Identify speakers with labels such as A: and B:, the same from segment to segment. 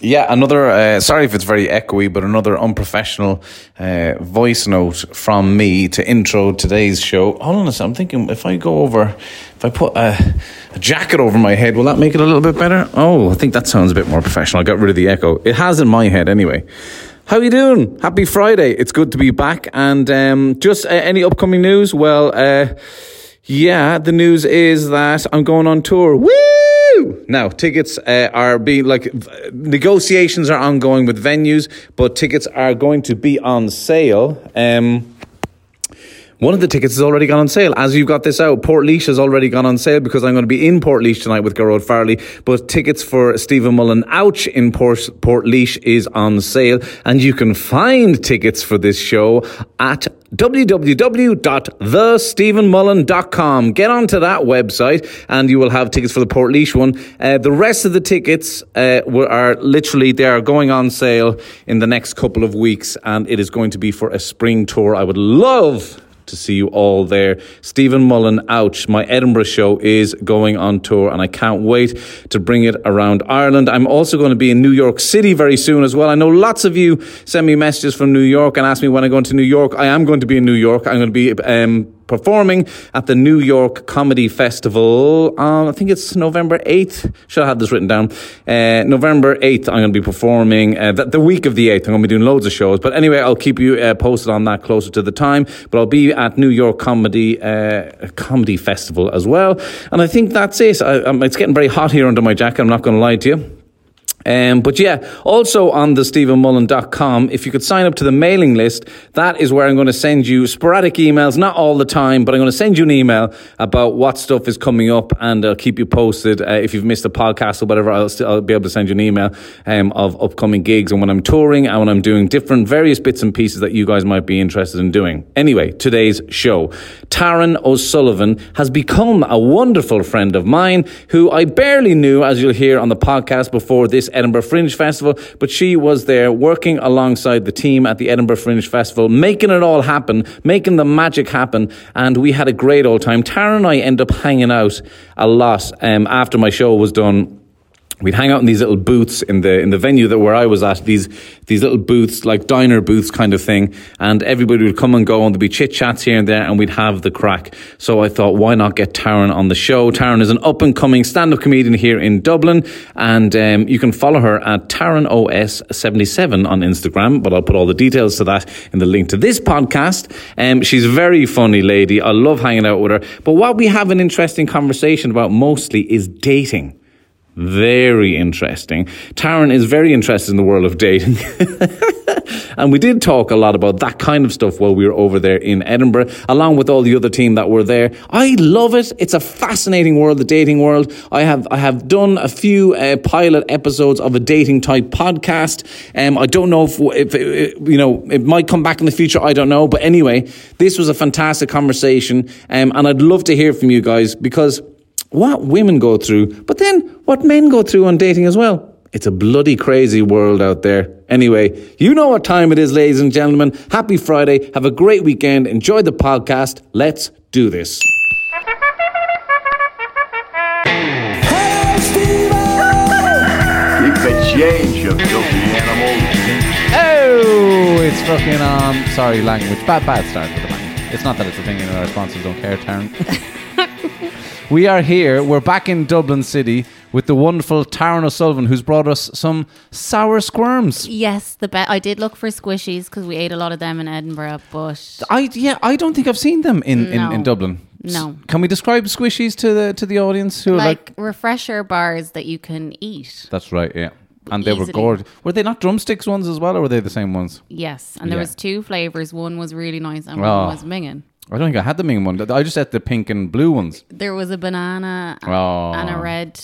A: yeah, another, uh, sorry if it's very echoey, but another unprofessional uh, voice note from me to intro today's show. Hold on a second, I'm thinking if I go over, if I put a, a jacket over my head, will that make it a little bit better? Oh, I think that sounds a bit more professional. I got rid of the echo. It has in my head anyway. How you doing? Happy Friday. It's good to be back. And um, just uh, any upcoming news? Well, uh, yeah, the news is that I'm going on tour. Woo! Now, tickets uh, are being like v- negotiations are ongoing with venues, but tickets are going to be on sale. Um, one of the tickets has already gone on sale. As you've got this out, Port Leash has already gone on sale because I'm going to be in Port Leash tonight with Gerard Farley. But tickets for Stephen Mullen Ouch in Port, Port Leash is on sale. And you can find tickets for this show at www.thestephenmullen.com. Get onto that website and you will have tickets for the Port Leash one. Uh, the rest of the tickets uh, were, are literally, they are going on sale in the next couple of weeks and it is going to be for a spring tour. I would love to see you all there. Stephen Mullen, ouch, my Edinburgh show is going on tour and I can't wait to bring it around Ireland. I'm also going to be in New York City very soon as well. I know lots of you send me messages from New York and ask me when I'm going to New York. I am going to be in New York. I'm going to be, um, performing at the New York Comedy Festival. On, um, I think it's November 8th. Should have had this written down. Uh, November 8th, I'm going to be performing. Uh, th- the week of the 8th, I'm going to be doing loads of shows. But anyway, I'll keep you uh, posted on that closer to the time. But I'll be at New York Comedy uh, Comedy Festival as well. And I think that's it. I, um, it's getting very hot here under my jacket. I'm not going to lie to you. Um, but yeah, also on the stephenmullen.com, if you could sign up to the mailing list, that is where I'm going to send you sporadic emails, not all the time, but I'm going to send you an email about what stuff is coming up and I'll keep you posted. Uh, if you've missed a podcast or whatever, I'll, still, I'll be able to send you an email um, of upcoming gigs and when I'm touring and when I'm doing different various bits and pieces that you guys might be interested in doing. Anyway, today's show. Taryn O'Sullivan has become a wonderful friend of mine who I barely knew, as you'll hear on the podcast before this Edinburgh Fringe Festival, but she was there working alongside the team at the Edinburgh Fringe Festival, making it all happen, making the magic happen, and we had a great old time. Tara and I end up hanging out a lot um, after my show was done we'd hang out in these little booths in the in the venue that where I was at these these little booths like diner booths kind of thing and everybody would come and go and there'd be chit chats here and there and we'd have the crack so I thought why not get Taryn on the show Taryn is an up and coming stand up comedian here in Dublin and um, you can follow her at TarynOS77 on Instagram but I'll put all the details to that in the link to this podcast um, she's a very funny lady I love hanging out with her but what we have an interesting conversation about mostly is dating very interesting. Taryn is very interested in the world of dating. and we did talk a lot about that kind of stuff while we were over there in Edinburgh, along with all the other team that were there. I love it. It's a fascinating world, the dating world. I have I have done a few uh, pilot episodes of a dating type podcast. Um, I don't know if, if, if you know it might come back in the future. I don't know, but anyway, this was a fantastic conversation, um, and I'd love to hear from you guys because what women go through, but then what men go through on dating as well. It's a bloody crazy world out there. Anyway, you know what time it is, ladies and gentlemen. Happy Friday. Have a great weekend. Enjoy the podcast. Let's do this.
B: Hey, Steve!
C: Keep the change, you filthy animal.
A: Oh, it's fucking um. Sorry, language. Bad, bad start for the language. It's not that it's a thing, and our sponsors don't care, Taryn. we are here. We're back in Dublin City with the wonderful Taryn O'Sullivan, who's brought us some sour squirms.
D: Yes, the be- I did look for squishies because we ate a lot of them in Edinburgh, but
A: I yeah, I don't think I've seen them in, in, in
D: No.
A: Dublin.
D: No.
A: Can we describe squishies to the to the audience who are like?
D: like refresher bars that you can eat.
A: That's right. Yeah. And they were
D: Easily.
A: gorgeous. Were they not drumsticks ones as well, or were they the same ones?
D: Yes, and there
A: Yeah.
D: was two flavors. One was really nice, and
A: Oh.
D: one was minging.
A: I don't think I had the main one. I just ate the pink and blue ones.
D: There was a banana and,
A: Oh.
D: and a red,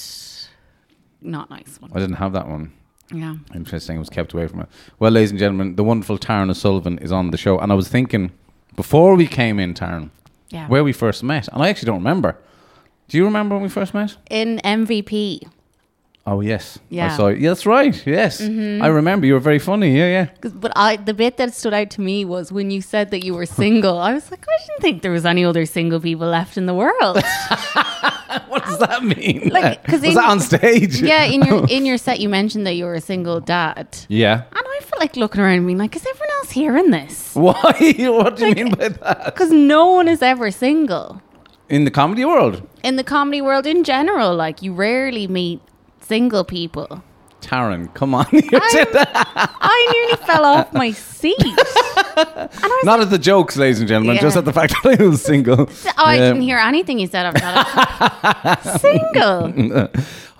D: not nice one.
A: I didn't have that one.
D: Yeah,
A: Interesting. I was kept away from it. Well, ladies and gentlemen, the wonderful Taryn O'Sullivan is on the show. And I was thinking before we came in, Taryn,
D: Yeah.
A: where we first met. And I actually don't remember. Do you remember when we first met?
D: in MVP
A: Oh, yes. I
D: Yeah. Mm-hmm.
A: saw you. That's right. Yes. I remember. You were very funny. Yeah, yeah.
D: 'Cause- But I, the bit that stood out to me was when you said that you were single. I was like, I didn't think there was any other single people left in the world.
A: What does that mean?
D: Like, 'cause
A: was
D: in-
A: that on stage?
D: yeah, in your in your set, you mentioned that you were a single dad, and
A: Yeah.
D: I felt like looking around, and being like, is everyone else hearing this?
A: Why? what do you mean by that?
D: Because no one is ever single
A: In the comedy world,
D: in the comedy world in general. Like, you rarely meet single people.
A: Taryn, come on. You said that.
D: I nearly fell off my seat.
A: Not at the jokes, ladies and gentlemen, just
D: Yeah.
A: at the fact that I was single. Um,
D: I
A: Yeah.
D: didn't hear anything you said. I thought I was single.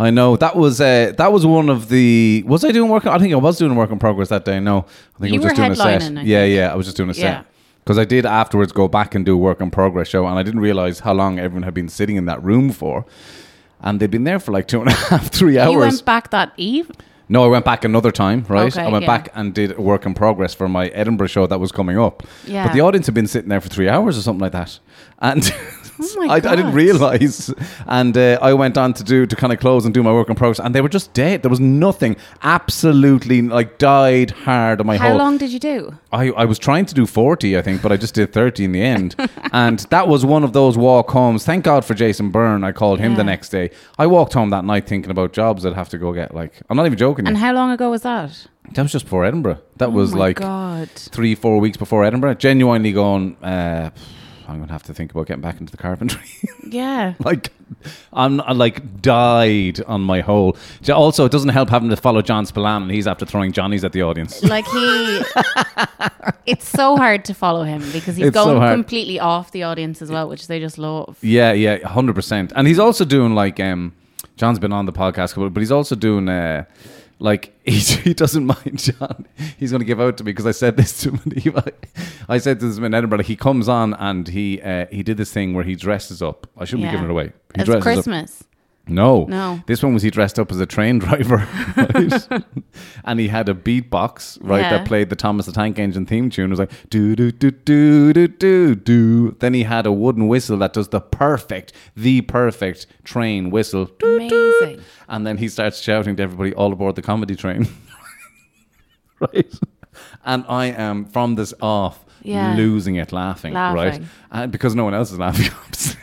A: I know that was uh, that was one of the was I doing work? I think I was doing work in progress that day. No, I think
D: You
A: I was just
D: were
A: doing a set.
D: headlining, I
A: yeah, yeah, I was just doing a
D: Yeah.
A: set because I did afterwards go back and do a work in progress show, and I didn't realize how long everyone had been sitting in that room for, and they'd been there for like two and a half, three hours.
D: You went back that eve.
A: No, I went back another time, right?
D: Okay,
A: I went
D: yeah.
A: back and did a work in progress for my Edinburgh show that was coming up.
D: Yeah.
A: But the audience had been sitting there for three hours or something like that. And
D: Oh my
A: I, I didn't
D: God.
A: realize. And uh, I went on to do, to kind of close and do my work in progress. And they were just dead. There was nothing. Absolutely, like, died hard on my
D: How
A: whole.
D: long did you do?
A: I, I was trying to do 40, I think, but I just did 30 in the end. and that was one of those walk homes. Thank God for Jason Byrne. I called him the
D: Yeah.
A: next day. I walked home that night thinking about jobs I'd have to go get. Like, I'm not even joking. you.
D: And how long ago was that?
A: That was just before Edinburgh. That was
D: Oh my
A: like
D: God.
A: three, four weeks before Edinburgh. Genuinely going, uh, I'm going to have to think about getting back into the carpentry.
D: Yeah.
A: like, I'm I, like died on my whole. Jo- Also, it doesn't help having to follow John Spillane and he's after throwing Johnny's at the audience.
D: Like he, it's so hard to follow him because he's
A: It's so
D: going
A: hard.
D: completely off the audience as well, which they just love.
A: Yeah, yeah, hundred percent. And he's also doing like um, John's been on the podcast, couple- but he's also doing uh, like he, he doesn't mind John. He's going to give out to me because I said this to him. and he- I said this to him in Edinburgh. He comes on and he uh, he did this thing where he dresses up. I shouldn't
D: Yeah.
A: be giving it away. He
D: It's
A: dresses up-
D: Christmas.
A: no.
D: No.
A: This one was he dressed up as a train driver. right? and he had a beatbox, right,
D: Yeah.
A: that played the Thomas the Tank Engine theme tune. It was like do do do do do do do. Then he had a wooden whistle that does the perfect, the perfect train whistle. Doo, doo.
D: Amazing.
A: And then he starts shouting to everybody all aboard the comedy train. right? And I am from this off
D: Yeah.
A: losing it laughing, right?
D: Laughing.
A: And because no one else is laughing, obviously.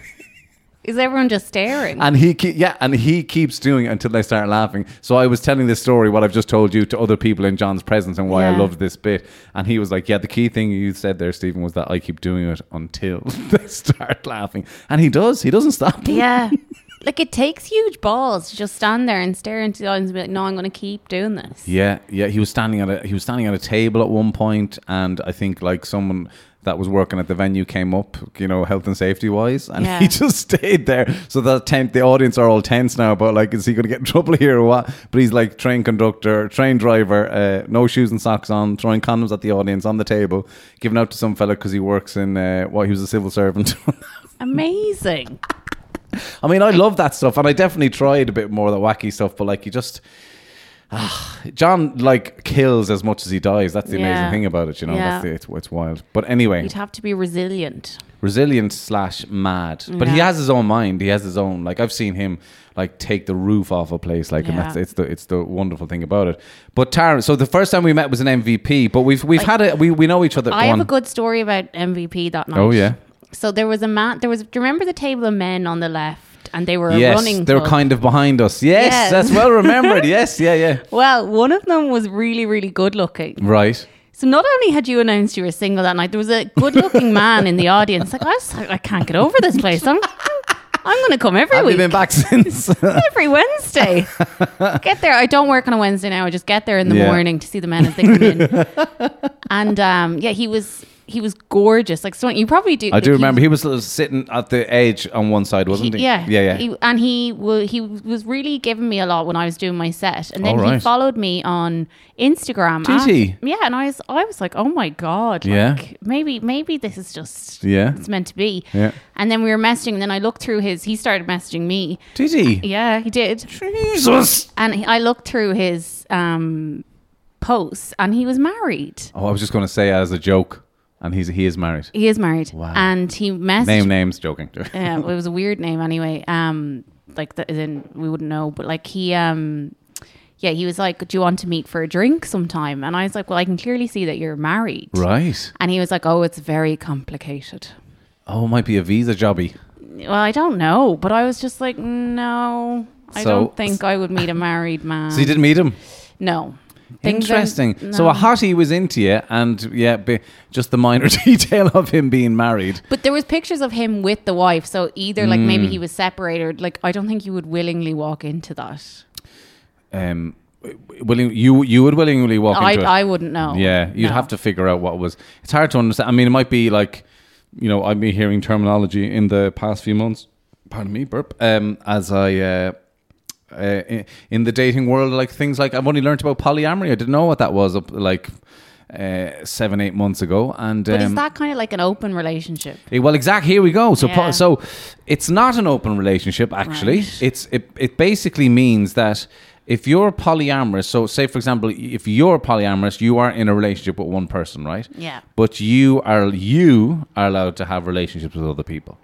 D: Is everyone just staring?
A: And he keep, yeah, and he keeps doing it until they start laughing. So I was telling this story, what I've just told you, to other people in John's presence and why I
D: Yeah.
A: loved this bit. And he was like, "Yeah, the key thing you said there, Stephen, was that I keep doing it until they start laughing." And he does. He doesn't stop.
D: yeah. Like it takes huge balls to just stand there and stare into the audience and be like, no, I'm going to keep doing this.
A: Yeah, yeah. He was standing at a he was standing at a table at one point, and I think like someone that was working at the venue came up, you know, health and safety wise, and
D: Yeah.
A: he just stayed there. So that tent, the audience are all tense now, but like, is he going to get in trouble here or what? But he's like train conductor, train driver, uh, no shoes and socks on, throwing condoms at the audience on the table, giving out to some fella because he works in uh, well, he was a civil servant.
D: Amazing.
A: I mean, I love that stuff, and I definitely tried a bit more of the wacky stuff, but like, you just. Ah, John like kills as much as he dies. That's the
D: Yeah.
A: amazing thing about it, you know. That's
D: Yeah.
A: the, it's, it's wild. But anyway,
D: You'd have to be resilient.
A: resilient slash mad. But he
D: Yeah.
A: has his own mind. He has his own. Like I've seen him like take the roof off a place. Like and
D: Yeah.
A: that's it's the it's the wonderful thing about it. But Taryn, so the first time we met was an MVP. But we've we've had a we, we know each other.
D: I have
A: one.
D: a good story about MVP that night.
A: Oh, yeah.
D: So there was a man. There was. Do you remember the table of men on the left? And they were a
A: yes,
D: running.
A: they were
D: club.
A: kind of behind us. Yes,
D: Yes.
A: that's well remembered. yes, yeah, yeah.
D: Well, one of them was really, really good looking.
A: Right.
D: So not only had you announced you were single that night, there was a good-looking man in the audience. Like I was, like, I can't get over this place. I'm, I'm going to come every
A: Have
D: week.
A: you been back since?
D: every Wednesday. get there. I don't work on a Wednesday now. I just get there in the
A: Yeah.
D: morning to see the men as they come in. and um, yeah, he was he was gorgeous. Like so, you probably do.
A: I do
D: like,
A: remember he was sort of sitting at the edge on one side,
D: he-
A: wasn't he?
D: yeah,
A: yeah, yeah.
D: He, and he wa- he was really giving me a lot when I was doing my set, and then
A: All
D: he
A: right.
D: followed me on Instagram.
A: Did
D: af-
A: he?
D: Yeah, and I was I was like, oh my god,
A: Yeah.
D: like, maybe maybe this is just
A: Yeah.
D: it's meant to be.
A: Yeah.
D: And then we were messaging, and then I looked through his. He started messaging me.
A: Did he?
D: Yeah, he did.
A: Jesus!
D: and he- I looked through his um, posts, and he was married.
A: Oh, I was just going to say as a joke, and he's he is married.
D: He is married, and he messaged.
A: Name names, joking.
D: Yeah, it was a weird name anyway. Um, like that, then we wouldn't know. But like he, um, yeah, he was like, "Do you want to meet for a drink sometime?" And I was like, "Well, I can clearly see that you're married."
A: right.
D: And he was like, "Oh, it's very complicated."
A: Oh, might be a visa jobby.
D: Well, I don't know, but I was just like, "No, I
A: So-
D: don't think I would meet a married man."
A: So you didn't meet him.
D: No. Things are-
A: Interesting. So
D: no.
A: a hottie was into you, and yeah, be, just the minor detail of him being married.
D: But there was pictures of him with the wife, so either like maybe
A: Mm.
D: he was separated. Like I don't think you would willingly walk into that.
A: Um, willing you you would willingly walk
D: I
A: into it.
D: I wouldn't know.
A: Yeah, you'd
D: No.
A: have to figure out what was. It's hard to understand. I mean, it might be like, you know, I've been hearing terminology in the past few months. Pardon me, burp. Um, as I. Uh, uh, in- in the dating world, like things like I've only learnt about polyamory. I didn't know what that was up like uh, seven, eight months ago. And
D: But
A: um,
D: is that kind of like an open relationship?
A: Eh, Well, exactly. Here we go. So,
D: Yeah.
A: po so it's not an open relationship. Actually,
D: Right.
A: it's it, it basically means that if you're polyamorous, so say for example, if you're polyamorous, you are in a relationship with one person, right?
D: Yeah.
A: But you are you are allowed to have relationships with other people.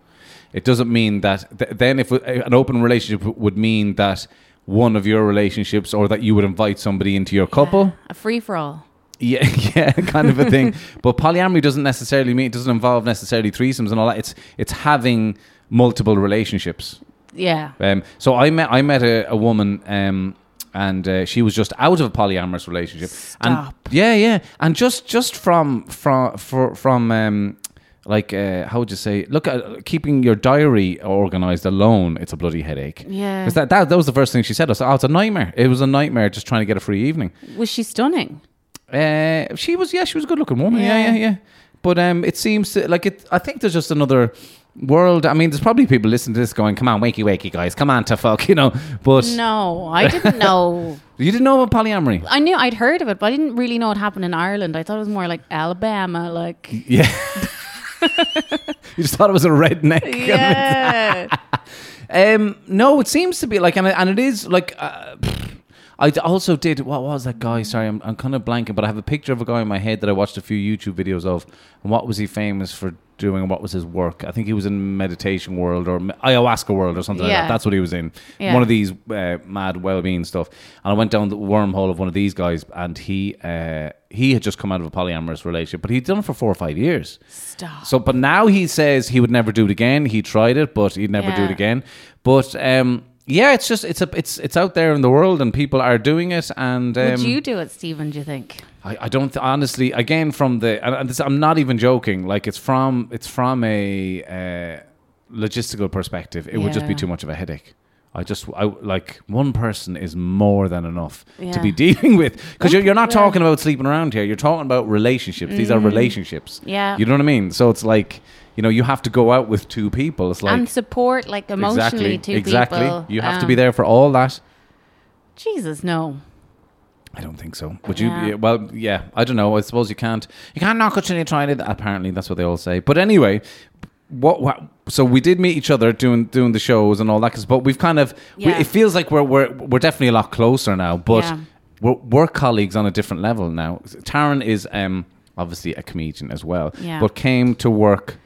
A: It doesn't mean that th- then if eh, an open relationship would mean that one of your relationships or that you would invite somebody into your couple.
D: A free for all.
A: Yeah, yeah, kind of a thing. but polyamory doesn't necessarily mean it doesn't involve necessarily threesomes and all that. It's it's having multiple relationships.
D: Yeah.
A: Um, so I met I met a, a woman, um, and uh, she was just out of a polyamorous relationship.
D: Stop.
A: And yeah, yeah, and just just from from for, from um, like uh, how would you say? Look, at keeping your diary organized alone, it's a bloody headache.
D: Yeah.
A: 'Cause that, that that was the first thing she said. I was like, oh, it's a nightmare. It was a nightmare just trying to get a free evening.
D: Was she stunning?
A: Uh, she was, yeah, she was a good-looking woman. Yeah,
D: Yeah.
A: yeah, yeah. But um, it seems to, like it. I think there's just another world. I mean, there's probably people listening to this going, "Come on, wakey, wakey, guys, come on to fuck," you know. But
D: No, I didn't know.
A: you didn't know about polyamory.
D: I knew I'd heard of it, but I didn't really know it happened in Ireland. I thought it was more like Alabama, like
A: Yeah. you just thought it was a redneck.
D: yeah.
A: Um, no, it seems to be like, and it, and it is like. Uh, pfft. I d- also did. What was that guy? Sorry, I'm, I'm kind of blanking, but I have a picture of a guy in my head that I watched a few YouTube videos of. And what was he famous for doing? And what was his work? I think he was in meditation world or me- ayahuasca world or something like
D: Yeah.
A: that. That's what he was in.
D: Yeah.
A: One of these uh, mad well-being stuff. And I went down the wormhole of one of these guys, and he uh, he had just come out of a polyamorous relationship, but he'd done it for four or five years.
D: Stop.
A: So, but now he says he would never do it again. He tried it, but he'd never do
D: Yeah.
A: it again. But um, yeah, it's just it's a it's it's out there in the world, and people are doing it. And um,
D: Would you do it, Stephen? Do you think?
A: I, I don't th- honestly. Again, from the and and this, I'm not even joking. Like it's from it's from a uh, logistical perspective. It would just be
D: Yeah.
A: too much of a headache. I just I, like one person is more than enough to
D: Yeah.
A: be dealing with because you're, you're not
D: Yeah. Mm-hmm.
A: talking about sleeping around here. You're talking about relationships. These are relationships.
D: Yeah.
A: you know what I mean. So it's like you know you have to go out with two people. It's like
D: and support, like emotionally,
A: exactly
D: to
A: exactly.
D: people.
A: You have to
D: Um,
A: be there for all that.
D: Jesus, no.
A: I don't think so. Would
D: Yeah.
A: you? Yeah, well, yeah. I don't know. I suppose you can't. You can't knock it till you try it. Apparently, that's what they all say. But anyway, what? what so we did meet each other doing doing the shows and all that. 'cause- but we've kind of.
D: Yeah.
A: We, it feels like we're we're we're definitely a lot closer now. But
D: Yeah.
A: we're we're colleagues on a different level now. Taryn is um obviously a comedian as well.
D: Yeah.
A: But came to work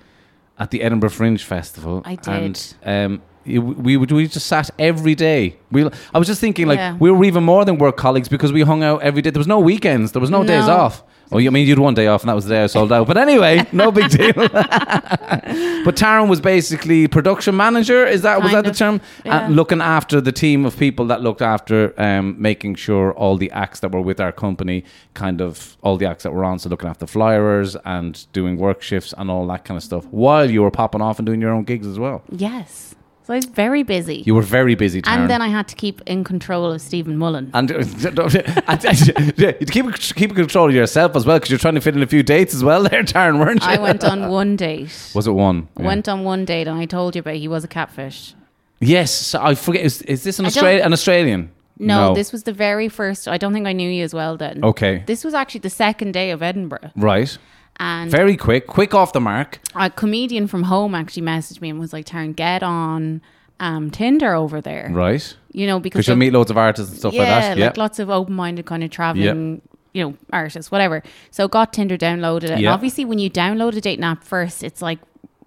A: at the Edinburgh Fringe Festival.
D: I did.
A: And, um, it- we would we just sat every day. We I was just thinking like
D: Yeah.
A: we were even more than work colleagues because we hung out every day. There was no weekends. There was no, days
D: No.
A: off. Oh, you I mean you'd one day off, and that was the day I sold out. But anyway, no big deal. but Taryn was basically production manager. Is that was
D: Kind
A: that
D: of,
A: the term?
D: yeah.
A: Uh, looking after the team of people that looked after um, making sure all the acts that were with our company, kind of all the acts that were on, so looking after flyers and doing work shifts and all that kind of stuff, while you were popping off and doing your own gigs as well.
D: Yes. So I was very busy.
A: You were Uh, very busy, Taryn.
D: and then I had to keep in control of Stephen Mullen.
A: And, and keep keep control of yourself as well because you're trying to fit in a few dates as well there, Taryn, weren't you?
D: I went on one date.
A: Was it one?
D: I Went on one date and I told you about he was a catfish.
A: Yes, so I forget. Is, is this an
D: I don't-
A: Australian? An Australian?
D: No, this was the very first. I don't think I knew you as well then.
A: Okay.
D: This was actually the second day of Edinburgh.
A: right.
D: And
A: Very quick, quick off the mark.
D: a comedian from home actually messaged me and was like, Taryn, get on um, Tinder over there.
A: Right.
D: You know, because
A: Because you'll
D: they'll-
A: meet loads of artists and stuff
D: yeah,
A: like that.
D: like lots of open-minded kind of traveling, you know, artists, whatever. So got Tinder, downloaded it. And
A: Yeah.
D: obviously, when you download a dating app first, it's like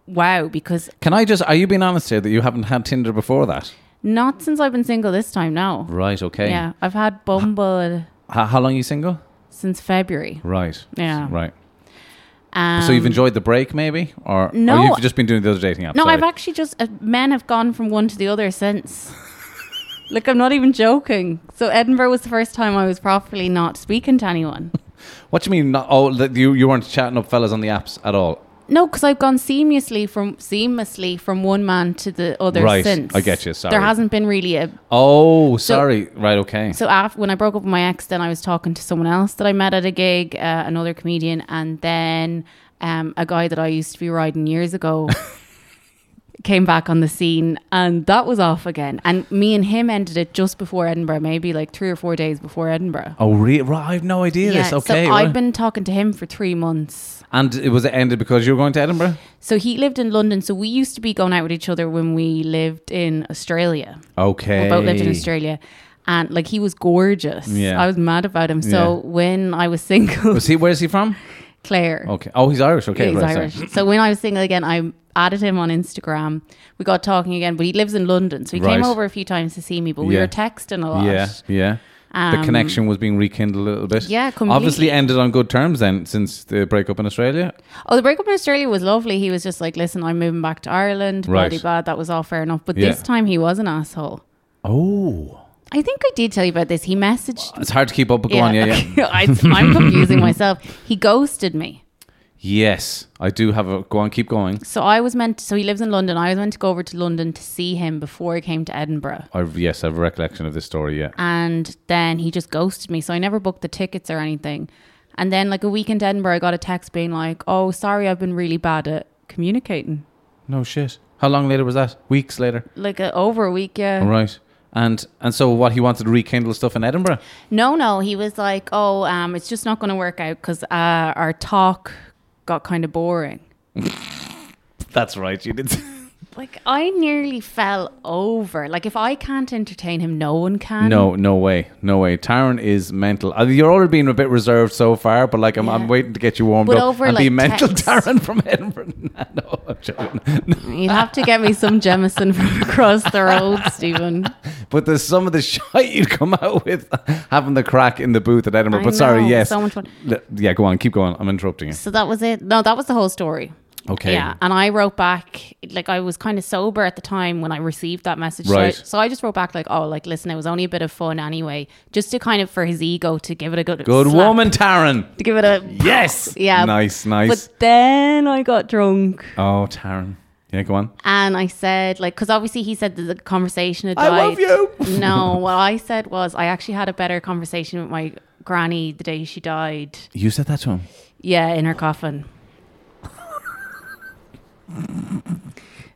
D: wow because
A: Can I just? Are you being honest here that you haven't had Tinder before that?
D: not since I've been single this time now.
A: Right. Okay.
D: Yeah, I've had Bumble
A: How, how long are you single?
D: since February.
A: Right.
D: Yeah.
A: Right.
D: Um,
A: so you've enjoyed the break, maybe, or,
D: No.
A: or you've just been doing the other dating apps?
D: No,
A: sorry.
D: I've actually just uh, men have gone from one to the other since. like I'm not even joking. So Edinburgh was the first time I was properly not speaking to anyone.
A: What do you mean? Not, oh, that you you weren't chatting up fellas on the apps at all?
D: No, because I've gone seamlessly from seamlessly from one man to the other
A: Right,
D: since.
A: I get you, sorry.
D: there hasn't been really a.
A: Oh, sorry. right. Okay.
D: So after when I broke up with my ex, then I was talking to someone else that I met at a gig, uh, another comedian, and then um, a guy that I used to be riding years ago came back on the scene, and that was off again. And me and him ended it just before Edinburgh, maybe like three or four days before Edinburgh.
A: oh, really? Right. I have no idea this. Okay.
D: so
A: right.
D: I've been talking to him for three months.
A: and it was it ended because you were going to Edinburgh?
D: So he lived in London. So we used to be going out with each other when we lived in Australia.
A: Okay.
D: We both lived in Australia. And like he was gorgeous.
A: Yeah.
D: I was mad about him. So when I was single,
A: Was he? Where is he from?
D: Claire.
A: Okay. Oh, he's Irish. Okay.
D: He's
A: right, sorry.
D: Irish. So when I was single again, I added him on Instagram. We got talking again, but he lives in London. So he came
A: Right.
D: over a few times to see me, but we
A: Yeah.
D: were texting a lot.
A: Yeah. Yeah. the
D: Um,
A: connection was being rekindled a little bit.
D: Yeah,
A: Obviously
D: completely.
A: ended on good terms then since the breakup in Australia.
D: Oh, the breakup in Australia was lovely. He was just like, listen, I'm moving back to Ireland.
A: Right.
D: Bloody bad. That was all fair enough. But
A: Yeah.
D: this time he was an asshole.
A: Oh.
D: I think I did tell you about this. He messaged
A: It's hard to keep up, but go on. Yeah, yeah.
D: I, am confusing myself. He ghosted me.
A: yes. I do have a go on, keep going.
D: So I was meant. so he lives in London. I was meant to go over to London to see him before I came to Edinburgh,
A: I yes, I have a recollection of this story, yeah.
D: and then he just ghosted me. So I never booked the tickets or anything. And then, like a week in Edinburgh, I got a text being like, "Oh, sorry, I've been really bad at communicating."
A: No shit. How long later was that? Weeks later.
D: Like uh, over a week, yeah.
A: All right. And and so what he wanted to rekindle stuff in Edinburgh.
D: No, no, he was like, "Oh, um, it's just not going to work out because uh, our talk got kind of boring."
A: That's right. You did.
D: Like I nearly fell over. Like if I can't entertain him, no one can.
A: No, no way, no way. Taryn is mental. I mean, you're already being a bit reserved so far, but like I'm, I'm
D: Yeah.
A: waiting to get you warmed
D: But
A: up
D: over,
A: and be
D: like,
A: mental,
D: text.
A: Taryn from Edinburgh. no, I'm joking.
D: you'd have to get me some Jemison from across the road, Stephen.
A: But there's some of the shit you'd come out with having the crack in the booth at Edinburgh.
D: I
A: but sorry,
D: know,
A: yes.
D: so much fun.
A: L- Yeah, go on, keep going. I'm interrupting you.
D: So that was it. No, that was the whole story.
A: Okay.
D: Yeah, and I wrote back like I was kind of sober at the time when I received that message.
A: Right.
D: So I, so I just wrote back like, "Oh, like listen, it was only a bit of fun anyway, just to kind of for his ego to give it a good
A: Good
D: slap,
A: woman, Taryn.
D: to give it a
A: Yes.
D: yeah
A: Nice, nice.
D: But then I got drunk.
A: oh, Taryn. Yeah, go on.
D: And I said, like, because obviously he said that the conversation had died.
A: I love you.
D: no, what I said was, I actually had a better conversation with my granny the day she died.
A: You said that to him.
D: Yeah, in her coffin.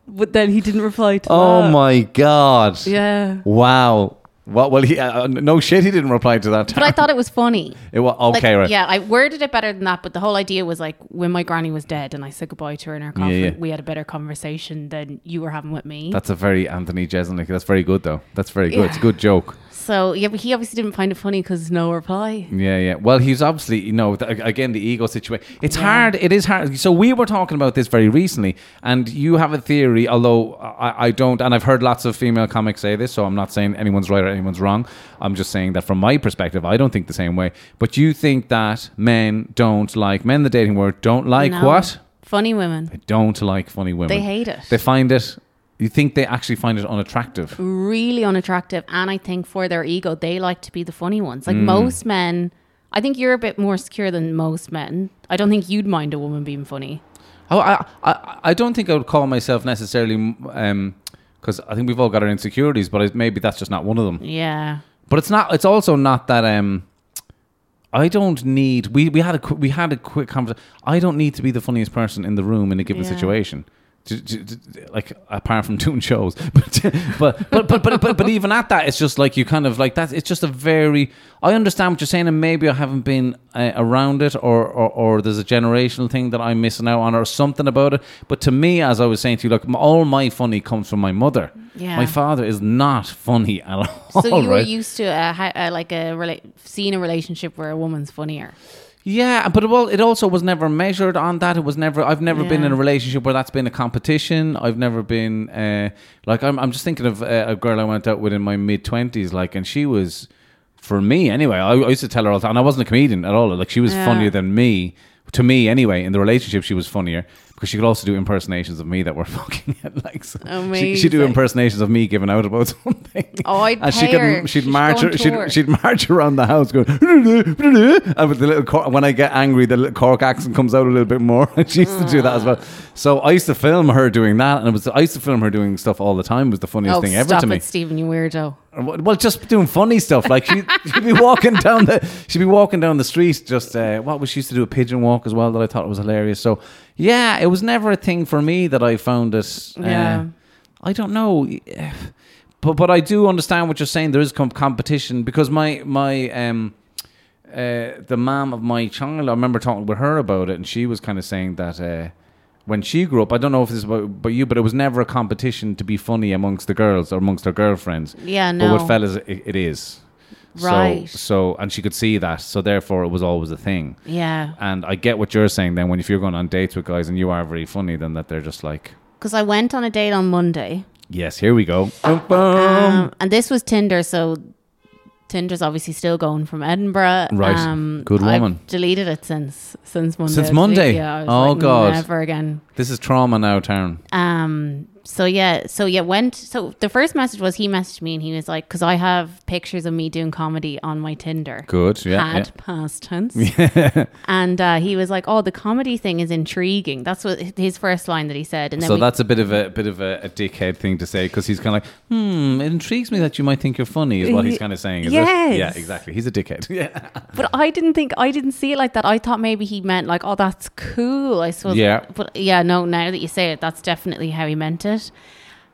D: but then he didn't reply to
A: Oh
D: that.
A: my god.
D: Uh, Yeah.
A: Wow. What? Well, he uh, no shit. He didn't reply to that.
D: But I thought it was funny.
A: It was
D: Like,
A: okay, right?
D: Yeah, I worded it better than that, but the whole idea was like when my granny was dead and I said goodbye to her in her coffin,
A: yeah.
D: we had a better conversation than you were having with me.
A: That's a very Anthony Jeselnik. That's very good, though. That's very good. It's a
D: Yeah.
A: good joke.
D: so, yeah, but he obviously didn't find it funny because no reply.
A: Yeah, yeah. Well, he's obviously, you know, th- again, the ego situation. It's hard. It is hard. So we were talking about this very recently, and you have a theory, although I, I don't, and I've heard lots of female comics say this, so I'm not saying anyone's right or anyone's wrong. I'm just saying that from my perspective, I don't think the same way. But you think that men don't like men. in The dating world don't like
D: No.
A: what?
D: Funny women.
A: They don't like funny women.
D: They hate it.
A: They find it. You think they actually find it unattractive?
D: Mm. really unattractive and I think for their ego they like to be the funny ones.
A: Mm.
D: Like most men I think you're a bit more secure than most men. I don't think you'd mind a woman being funny.
A: Oh, I, I, I don't think I would call myself necessarily, because I think we've all got our insecurities, but it, maybe that's just not one of them.
D: Yeah.
A: But it's not. It's also not that. Um, I don't need. We we had a qu- we had a quick conversation. I don't need to be the funniest person in the room in a given
D: Yeah.
A: situation. J- j- j- Like apart from doing shows, but but but but but, but, but even at that, it's just like you kind of like that. It's just a very. I understand what you're saying, and maybe I haven't been uh, around it, or, or or there's a generational thing that I'm missing out on, or something about it. But to me, as I was saying to you, look, m- all my funny comes from my mother.
D: Yeah.
A: my father is not funny at all.
D: So you were
A: right?
D: used to a, hi- uh like a rela- seeing a relationship where a woman's funnier.
A: Yeah, but well, it also was never measured on that. It was never. I've never been
D: Yeah.
A: in a relationship where that's been a competition. I've never been uh, like I'm. I'm just thinking of uh, a girl I went out with in my mid twenties, like, and she was for me anyway. I, I used to tell her all the time, and I wasn't a comedian at all. Like she was
D: Yeah.
A: funnier than me. To me, anyway, in the relationship, she was funnier because she could also do impersonations of me that were fucking like. So She, she'd do
D: Amazing.
A: impersonations of me giving out about something.
D: Oh, I'd
A: and she
D: pay
A: could,
D: her.
A: She'd
D: She should
A: march.
D: go on
A: her- She'd,
D: tour.
A: she'd she'd march around the house going, and with the little cork, when I get angry, the little cork accent comes out a little bit more. And she used to do that as
D: Ah.
A: well. So I used to film her doing that, and it was I used to film her doing stuff all the time. It was the funniest
D: oh,
A: thing
D: stop
A: ever to
D: it,
A: me.
D: Stephen, you weirdo.
A: Well, just doing funny stuff. Like she, she'd be walking down the, she'd be walking down the street. Just uh, what was she used to do a pigeon walk as well that I thought was hilarious. So yeah, it was never a thing for me that I found it. uh,
D: Yeah.
A: I don't know, but but I do understand what you're saying. There is com- competition because my my um uh, the mom of my child, I remember talking with her about it, and she was kind of saying that uh, when she grew up, I don't know if this is about, about you, but it was never a competition to be funny amongst the girls or amongst her girlfriends.
D: Yeah,
A: But
D: no.
A: with fellas, it, it is. So-
D: Right.
A: So, and she could see that. So, therefore, it was always a thing.
D: Yeah.
A: And I get what you're saying then when if you're going on dates with guys and you are very funny, then that they're just like,
D: Because I went on a date on Monday.
A: yes, here we go. Boom, boom. Oh.
D: Um, and this was Tinder, so Tinder's obviously still going from Edinburgh.
A: Right.
D: Um,
A: Good
D: I've
A: woman.
D: deleted it since since Monday.
A: Since Monday?
D: Yeah. I was
A: Oh,
D: like,
A: God.
D: Never again.
A: this is trauma now, Taryn.
D: Um. So yeah. So yeah. Went. So the first message was he messaged me and he was like, because I have pictures of me doing comedy on my Tinder.
A: Good. Yeah.
D: Had past tense. and uh, he was like, "Oh, the comedy thing is intriguing." That's what his first line that he said. And then
A: So
D: we,
A: that's a bit of a bit of a, a dickhead thing to say because he's kind of like, hmm, it intrigues me that you might think you're funny, is what he's kind of saying. Is
D: Yes.
A: it? Yeah, exactly. He's a dickhead. Yeah.
D: but I didn't think I didn't see it like that. I thought maybe he meant like, "Oh, that's cool." I suppose.
A: Yeah.
D: But yeah, no. Now that you say it, that's definitely how he meant it.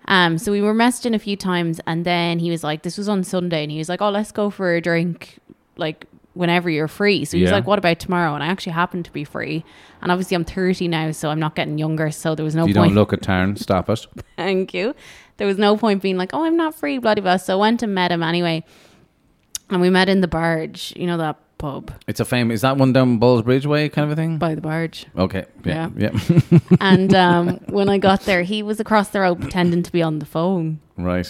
D: Um. So we were messaging a few times, and then he was like, "This was on Sunday," and he was like, "Oh, let's go for a drink, like." Whenever you're free, so he was
A: Yeah.
D: like, "What about tomorrow?" And I actually happened to be free, and obviously I'm 30 now, so I'm not getting younger. So there was no
A: you
D: point.
A: don't look at Tarn. Stop it.
D: thank you. There was no point being like, oh, I'm not free, bloody blah. So I went and met him anyway. And we met in the barge, you know, that pub
A: It's a fame. Is that one down Bulls Bridge way kind of a thing?
D: by the barge.
A: Okay. Yeah. Yeah.
D: And um, when I got there, he was across the road pretending to be on the phone.
A: right.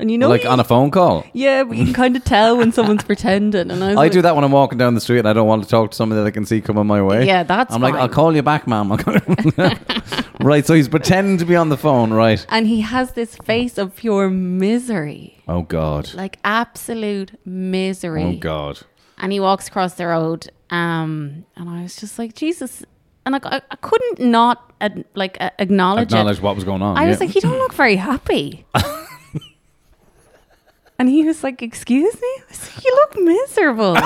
D: And you know,
A: like
D: you-
A: on a phone call.
D: yeah, but you can kind of tell when someone's pretending. And I, was
A: I
D: like,
A: do that when I'm walking down the street and I don't want to talk to someone that I can see coming my way.
D: Yeah, that's
A: I'm like,
D: fine.
A: I'll call you back, ma'am. I'll call you- right. So he's pretending to be on the phone. Right.
D: And he has this face of pure misery,
A: Oh God.
D: like absolute misery.
A: Oh God.
D: and he walks across the road um and i was just like jesus and like i, I couldn't not ad- like a- acknowledge,
A: Acknowledge
D: it
A: what was going on.
D: i was
A: yeah.
D: like you don't look very happy and he was like excuse me I was like, you look miserable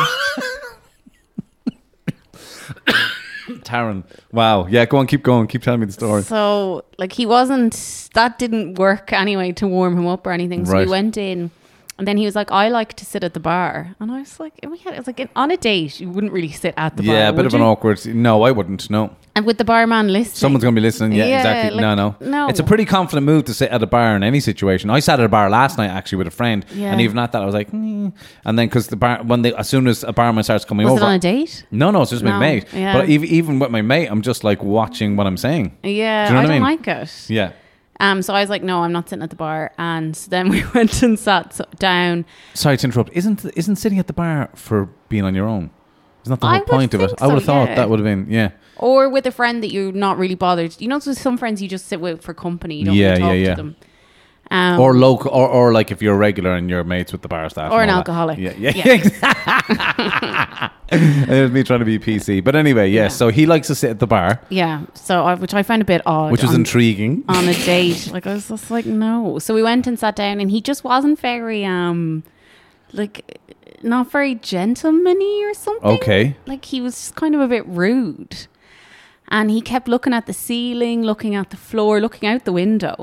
A: Taryn. Wow. Yeah. Go on. Keep going. Keep telling me the story.
D: so like he wasn't that didn't work anyway to warm him up or anything so
A: Right.
D: we went in and then he was like, "I like to sit at the bar," and I was like, "We had it's like on a date, you wouldn't really sit at the bar."
A: yeah, a bit
D: would
A: of an
D: you?
A: awkward. No, I wouldn't. No,
D: And with the barman listening,
A: someone's going to be listening. Yeah,
D: Yeah,
A: exactly.
D: like,
A: no, no,
D: no.
A: It's a pretty confident move to sit at a bar in any situation. I sat at a bar last night actually with a friend,
D: Yeah.
A: and even at that, I was like, "Hmm." and then because the bar when they as soon as a barman starts coming
D: was
A: over,
D: it on a date?
A: No, no, it's just my
D: No,
A: mate.
D: yeah.
A: But even, even with my mate, I'm just like watching what I'm saying.
D: Yeah,
A: Do you know what
D: I
A: I
D: don't
A: mean?
D: like it.
A: Yeah.
D: Um, so I was like, no, I'm not sitting at the bar. And so then we went and sat so- down.
A: Sorry to interrupt. Isn't isn't sitting at the bar for being on your own? Isn't that the
D: I
A: whole
D: would
A: point of it?
D: think
A: I would have
D: so,
A: thought
D: yeah.
A: that would have been yeah.
D: Or with a friend that you're not really bothered. You know, so some friends you just sit with for company. You don't
A: Yeah,
D: really talk
A: yeah, yeah.
D: to them. Um,
A: Or local, or, or like if you're a regular and you're mates with the bar staff,
D: Or
A: and
D: an
A: all
D: alcoholic.
A: That. Yeah, yeah.
D: Yeah.
A: exactly. it was me trying to be PC, but anyway, yeah. So he likes to sit at the bar,
D: yeah. So I, which I found a bit odd.
A: which was
D: on-
A: intriguing.
D: on a date. Like I was just like, no. So we went and sat down, and he just wasn't very, um, like, not very gentlemanly or something.
A: Okay.
D: Like he was just kind of a bit rude, and he kept looking at the ceiling, looking at the floor, looking out the window.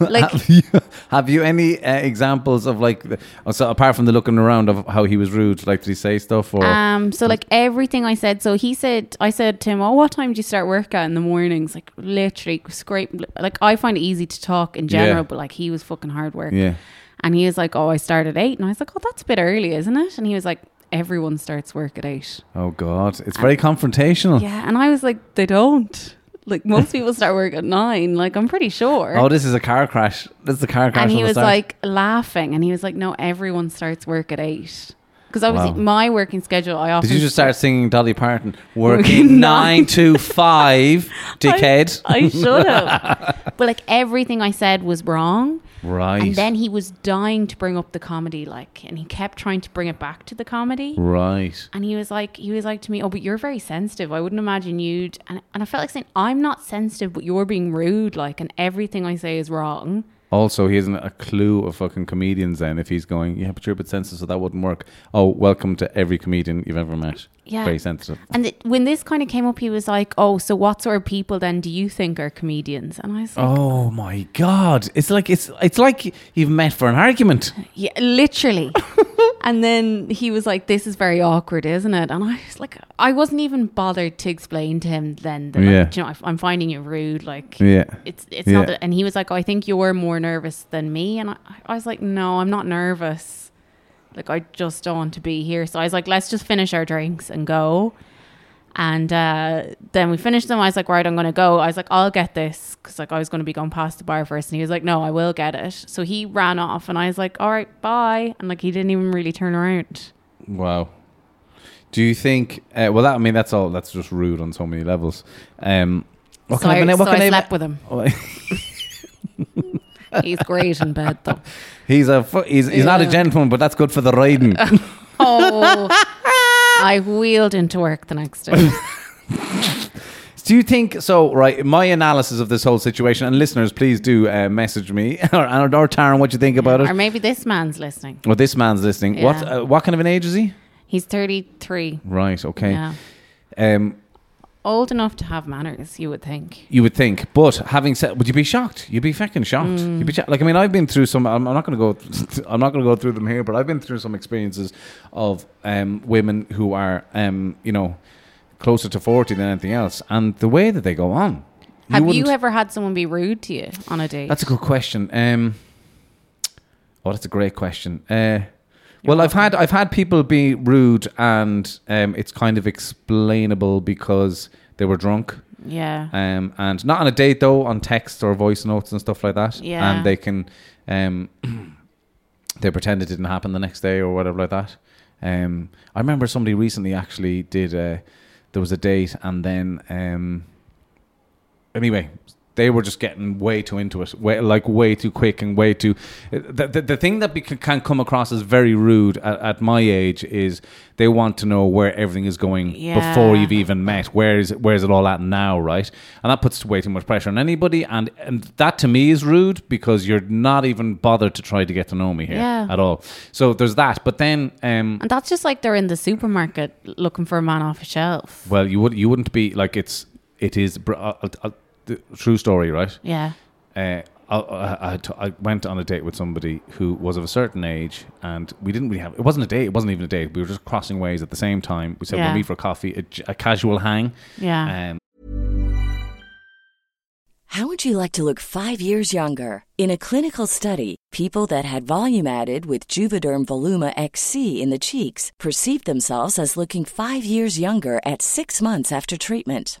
D: Like
A: have, you, have you any uh, examples of like, the- oh, so apart from the looking around of how he was rude, like did he say stuff or?
D: Um, so like everything I said, so he said, I said to him, "Oh, what time do you start work at in the mornings?" Like literally scrape. Like I find it easy to talk in general,
A: Yeah.
D: but like he was fucking hard work.
A: Yeah.
D: And he was like, "Oh, I start at 8. and I was like, "Oh, that's a bit early, isn't it?" And he was like, "Everyone starts work at 8.
A: oh God, it's very confrontational.
D: uh, Yeah, and I was like, "They don't. Like most people start work at nine. Like I'm pretty sure."
A: Oh, this is a car crash. This is a car crash.
D: and he
A: on the
D: was
A: start.
D: like laughing, and he was like, "No, everyone starts work at 8. Because obviously
A: Wow.
D: my working schedule, I often
A: Did you just start singing Dolly Parton? Working nine
D: Working nine
A: to five, dickhead.
D: I, I should have. but like everything I said was wrong.
A: Right.
D: And then he was dying to bring up the comedy, like, and he kept trying to bring it back to the comedy.
A: right.
D: And he was like, he was like to me, oh, but you're very sensitive. I wouldn't imagine you'd. And, and I felt like saying, I'm not sensitive, but you're being rude, like, and everything I say is wrong.
A: Also, he isn't a clue of fucking comedians. Then, if he's going, yeah, but you're a bit sensitive, so that wouldn't work. Oh, welcome to every comedian you've ever met.
D: Yeah.
A: Very sensitive.
D: And th- when this kind of came up, he was like, oh, so what sort of people then do you think are comedians? And I was like,
A: Oh my god! It's like it's it's like you've met for an argument.
D: Yeah, literally. and then he was like, "This is very awkward, isn't it?" And I was like, I wasn't even bothered to explain to him then that, like,
A: Yeah.
D: "Do you know, I- I'm finding you rude. Like,
A: Yeah.
D: it's it's
A: Yeah.
D: not that. And he was like, "Oh, "I think you're more nervous than me." And I, I was like, "No, I'm not nervous. Like, I just don't want to be here." So I was like, "Let's just finish our drinks and go." And uh, then we finished them. I was like, right, I'm going to go. I was like, I'll get this because like I was going to be going past the bar first. And he was like, no, I will get it. So he ran off, and I was like, all right, bye. And like he didn't even really turn around.
A: Wow. Do you think? Uh, well, that, I mean, that's all. That's just rude on so many levels. Um, what
D: so I,
A: what
D: so I slept with him.
A: with.
D: He's great in bed though.
A: He's a fu- he's, he's not a gentleman, but that's good for the riding.
D: Oh, I wheeled into work the next day.
A: do you think so? Right, my analysis of this whole situation, and listeners, please do uh, message me or, or, or Taryn what you think about
D: or
A: it.
D: maybe this man's listening.
A: Well, this man's listening.
D: Yeah.
A: What uh, what kind of an age is he?
D: He's 33.
A: Right. Okay.
D: Yeah.
A: Um,
D: Old enough to have manners, you would think.
A: you would think, but having said, would you be shocked? You'd be fucking shocked.
D: Mm.
A: You'd be shocked. like, I mean, I've been through some. I'm, I'm not going to go. I'm not going to go through them here, but I've been through some experiences of um, women who are, um, you know, closer to forty than anything else, and the way that they go on.
D: Have you,
A: wouldn't-
D: ever had someone be rude to you on a date?
A: That's a good question. Um, oh, that's a great question. Uh, well, I've had I've had people be rude, and um, it's kind of explainable because they were drunk,
D: yeah.
A: um, and not on a date though, on text or voice notes and stuff like that.
D: Yeah.
A: and they can um, they pretend it didn't happen the next day or whatever like that. Um, I remember somebody recently actually did. Uh, there was a date, and then um, anyway, they were just getting way too into it, way, like way too quick and way too. uh, The, the, the thing that be, can come across as very rude at, at my age is they want to know where everything is going before
D: Yeah.
A: you've even met. Where is it, where is it all at now, right? And that puts way too much pressure on anybody, and and that to me is rude because you're not even bothered to try to get to know me here
D: Yeah.
A: at all. So there's that. But then, um,
D: And that's just like they're in the supermarket looking for a man off a shelf.
A: well, you would you wouldn't be like it's it is br- uh, uh, uh, the true story, right?
D: Yeah.
A: uh, I, I, I, t- I went on a date with somebody who was of a certain age, and we didn't really have. It wasn't a date. It wasn't even a date. We were just crossing ways at the same time. We said
D: Yeah.
A: we'll meet for coffee, a, j- a casual hang.
D: Yeah.
A: Um,
E: How would you like to look five years younger? In a clinical study, people that had volume added with Juvederm Voluma XC in the cheeks perceived themselves as looking five years younger at six months after treatment.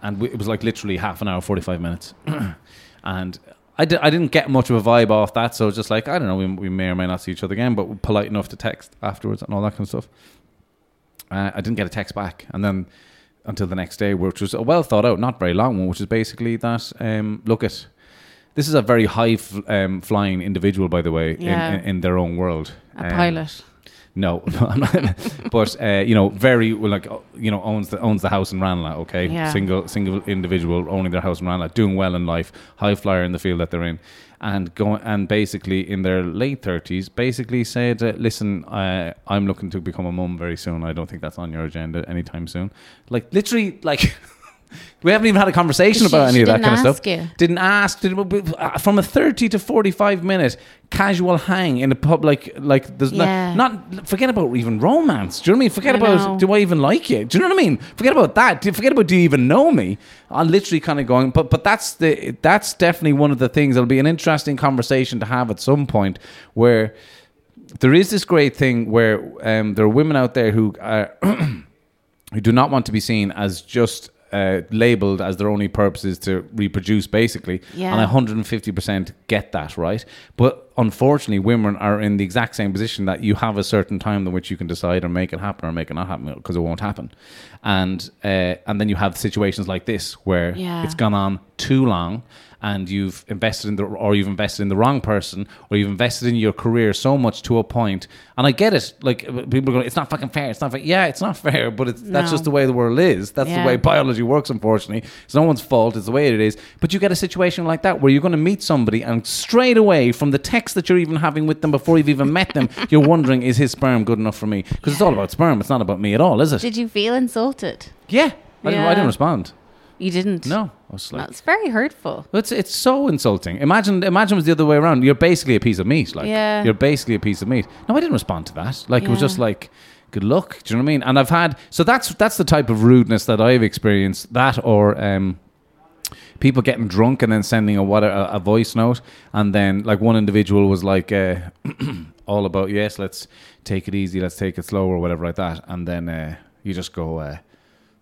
A: And we, it was like literally half an hour, 45 minutes. and I d- I didn't get much of a vibe off that. So just like, I don't know, we, we may or may not see each other again, but we're polite enough to text afterwards and all that kind of stuff. Uh, I didn't get a text back. And then until the next day, which was a well thought out, not very long one, which is basically that um, look at this is a very high f- um, flying individual, by the way, in,
D: Yeah.
A: in, in their own world.
D: A
A: Um,
D: pilot.
A: No, I'm not. but uh, you know, very well, like uh, you know owns the owns the house in Ranelagh. Okay,
D: Yeah.
A: single single individual owning their house in Ranelagh, doing well in life, high flyer in the field that they're in, and going and basically in their late thirties, basically said, uh, "Listen, uh, I'm looking to become a mum very soon. I don't think that's on your agenda anytime soon." Like literally, like. We haven't even had a conversation
D: She-
A: about any
D: she
A: of that
D: didn't
A: kind of
D: ask
A: stuff.
D: you.
A: Didn't ask. Didn't, uh, from a thirty to forty-five minute casual hang in a pub, like like there's no-
D: Yeah.
A: not forget about even romance. Do you know what I mean? Forget
D: I
A: about
D: know.
A: do I even like you? Do you know what I mean? Forget about that. Do- Forget about do you even know me? I'm literally kind of going, but but that's the that's definitely one of the things. It'll be an interesting conversation to have at some point where there is this great thing where um, there are women out there who are who do not want to be seen as just uh, labeled as their only purpose is to reproduce, basically.
D: Yeah.
A: And I 150% get that, right? But unfortunately, women are in the exact same position that you have a certain time in which you can decide or make it happen or make it not happen because it won't happen. And uh, and then you have situations like this where
D: Yeah.
A: it's gone on too long and you've invested in the or you've invested in the wrong person or you've invested in your career so much to a point and i get it like uh, people are going it's not fucking fair it's not fair yeah it's not fair but it's that's
D: No.
A: just the way the world is that's
D: Yeah.
A: the way biology works unfortunately it's no one's fault it's the way it is but you get a situation like that where you're going to meet somebody and straight away from the text that you're even having with them before you've even met them you're wondering is his sperm good enough for me because it's all about sperm it's not about me at all is it
D: Did you feel insulted?
A: yeah, I, didn't, I
D: Yeah.
A: didn't respond
D: You didn't.
A: no i was like
D: That's very hurtful.
A: well, It's it's so insulting. Imagine imagine it was the other way around. You're basically a piece of meat. Like
D: Yeah.
A: you're basically a piece of meat. No, I didn't respond to that. Like it was
D: Yeah.
A: just like good luck. Do you know what I mean? And I've had so that's that's the type of rudeness that I've experienced. That or um, people getting drunk and then sending a what a, a voice note and then like one individual was like uh, all about yes let's take it easy let's take it slow or whatever like that and then uh, you just go uh,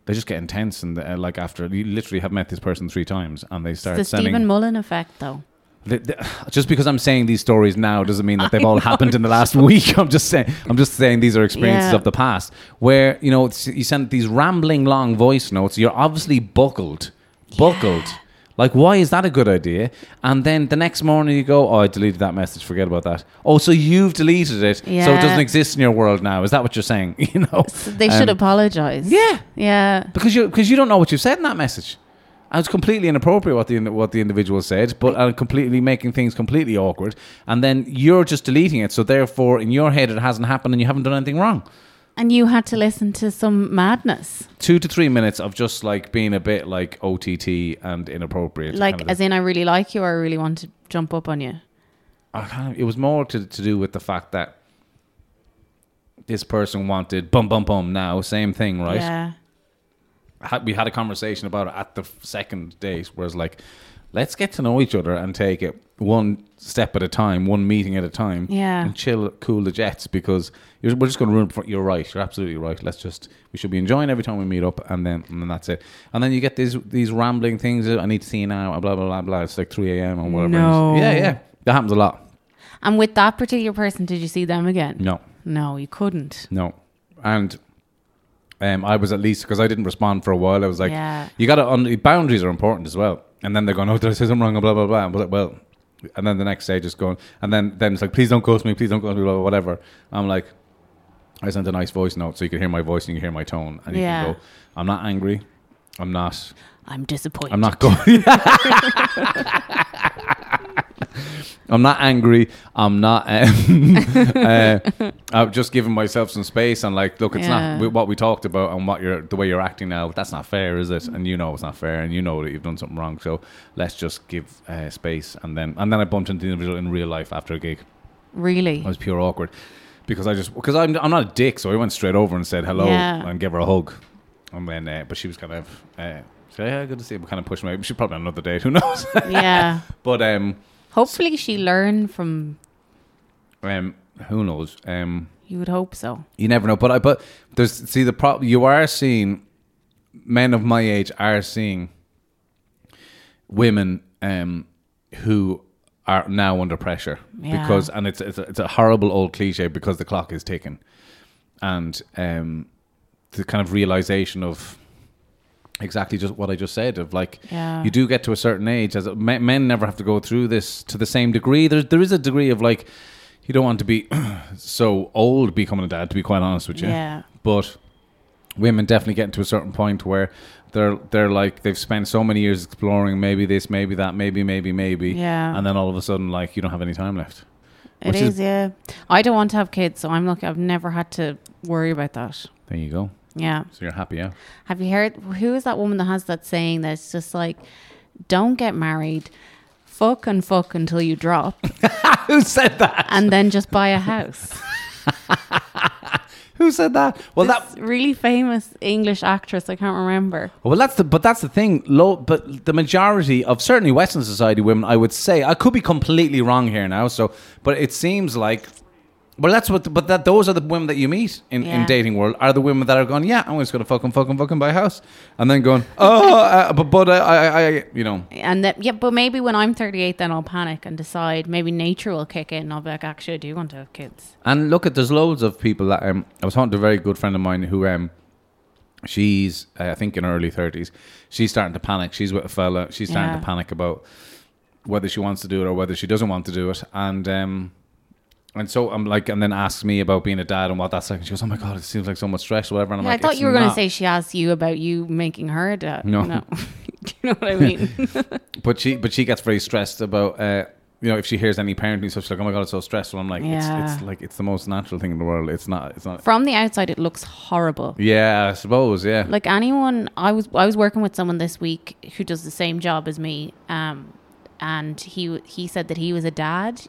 A: they just get intense and uh, like after you literally have met this person three times and they
D: It's
A: start
D: the
A: sending
D: Stephen Mullen effect, though.
A: The- the- Just because I'm saying these stories now doesn't mean that they've all happened in the last week. I'm just saying. I'm just saying these are experiences
F: Yeah.
A: of the past where you know it's, you send these rambling long voice notes. You're obviously buckled, buckled. Like, why is that a good idea? And then the next morning you go, "Oh, I deleted that message. Forget about that." Oh, so you've deleted it, so it
D: Yeah.
A: doesn't exist in your world now. Is that what you're saying? You know,
D: They should
A: Um,
D: apologize.
A: Yeah.
D: Yeah.
A: because you because you don't know what you've said in that message. And it's completely inappropriate what the what the individual said, but uh, completely making things completely awkward. And then you're just deleting it, so therefore in your head it hasn't happened, and you haven't done anything wrong.
D: And you had to listen to some madness.
A: Two to three minutes of just like being a bit like OTT and inappropriate.
D: like,
A: kind of
D: as
A: thing.
D: in, I really like you or I really want to jump up on you.
A: I kind of, it was more to to do with the fact that this person wanted bum bum bum now same thing right.
D: Yeah.
A: had, we had a conversation about it at the f- second date, whereas like, let's get to know each other and take it one step at a time, one meeting at a time,
D: Yeah.
A: and chill, cool the jets because you're, we're just going to ruin. it For, you're right, you're absolutely right. Let's just we should be enjoying every time we meet up, and then and then that's it. And then you get these these rambling things. I need to see you now. and Blah blah blah blah. It's like three a.m. or whatever.
D: No.
A: Yeah, yeah, that happens a lot.
D: And with that particular person, did you see them again?
A: No.
D: No, you couldn't.
A: No. And um, I was at least because I didn't respond for a while. I was like,
D: Yeah.
A: "You got to un- boundaries are important as well." And then they're going, "Oh, did I say something wrong?" And blah blah blah. I was like, "Well," and then the next day just going, and then then it's like, "Please don't ghost me. Please don't ghost me." Blah, blah, whatever. I'm like, I sent a nice voice note so you can hear my voice and you can hear my tone, and you
D: Yeah.
A: can go, "I'm not angry. I'm not.
D: I'm disappointed.
A: I'm not going. I'm not angry. I'm not. Um, uh, I'm just giving myself some space and like, look, it's
D: Yeah.
A: not wi- what we talked about and what you're the way you're acting now. That's not fair, is it? And you know it's not fair, and you know that you've done something wrong. So let's just give uh, space, and then and then I bumped into the individual in real life after a gig.
D: Really?
A: It was pure awkward because I just because I'm I'm not a dick, so I went straight over and said hello
D: Yeah.
A: and gave her a hug, and then uh, but she was kind of uh, she said, yeah, good to see you, but kind of pushed me. She probably on another date, who knows?
D: Yeah.
A: but um
D: Hopefully, she learned from.
A: um who knows um
D: You would hope so.
A: you never know. But I but there's see the problem you are seeing men of my age are seeing women um who are now under pressure
F: Yeah.
A: because and it's it's a, it's a horrible old cliche because the clock is ticking and um the kind of realization of exactly just what I just said of like
F: Yeah.
A: you do get to a certain age as men, men never have to go through this to the same degree there's there is a degree of like you don't want to be so old becoming a dad to be quite honest with you
F: Yeah.
A: but women definitely get to a certain point where they're they're like they've spent so many years exploring maybe this maybe that maybe maybe maybe
D: Yeah.
A: and then all of a sudden like you don't have any time left
D: It is, yeah. I don't want to have kids, so I'm lucky. I've never had to worry about that.
A: there you go
D: Yeah.
A: so you're happy yeah
D: Have you heard who is that woman that has that saying that's just like, don't get married, fuck and fuck until you drop.
A: who said that?
D: And then just buy a house.
A: who said that? Well,
D: that really famous English actress. I can't remember.
A: Well, that's the but that's the thing. Low, but the majority of certainly Western society women, I would say, I could be completely wrong here now. So, but it seems like, well, that's what. But that those are the women that you meet in,
F: Yeah.
A: in dating world are the women that are going, yeah, I'm just going to fucking fucking fucking buy a house, and then going, oh, uh, but but I, I I you know
D: And that, yeah, but maybe when I'm 38, then I'll panic and decide maybe nature will kick in. And I'll be like, actually, I do want to have kids.
A: And look at there's loads of people that um, I was talking to a very good friend of mine who um, she's uh, I think in her early thirties. She's starting to panic. She's with a fella. She's starting
F: Yeah.
A: to panic about whether she wants to do it or whether she doesn't want to do it. And um, and so I'm like, and then asks me about being a dad and what that's like. And she goes, "Oh my god, it seems like so much stress, or whatever." And I'm
D: Yeah,
A: like,
D: I thought
A: "It's
D: you were going to
A: not."
D: say she asked you about you making her a dad.
A: No.
D: do you know what I mean?
A: but she but she gets very stressed about uh you know if she hears any parenting stuff she's like oh my god it's so stressful i'm like it's, it's
D: Yeah.
A: like it's the most natural thing in the world it's not it's not
D: From the outside, it looks horrible.
A: yeah i suppose yeah
D: Like anyone, I was I was working with someone this week who does the same job as me, um, and he he said that he was a dad,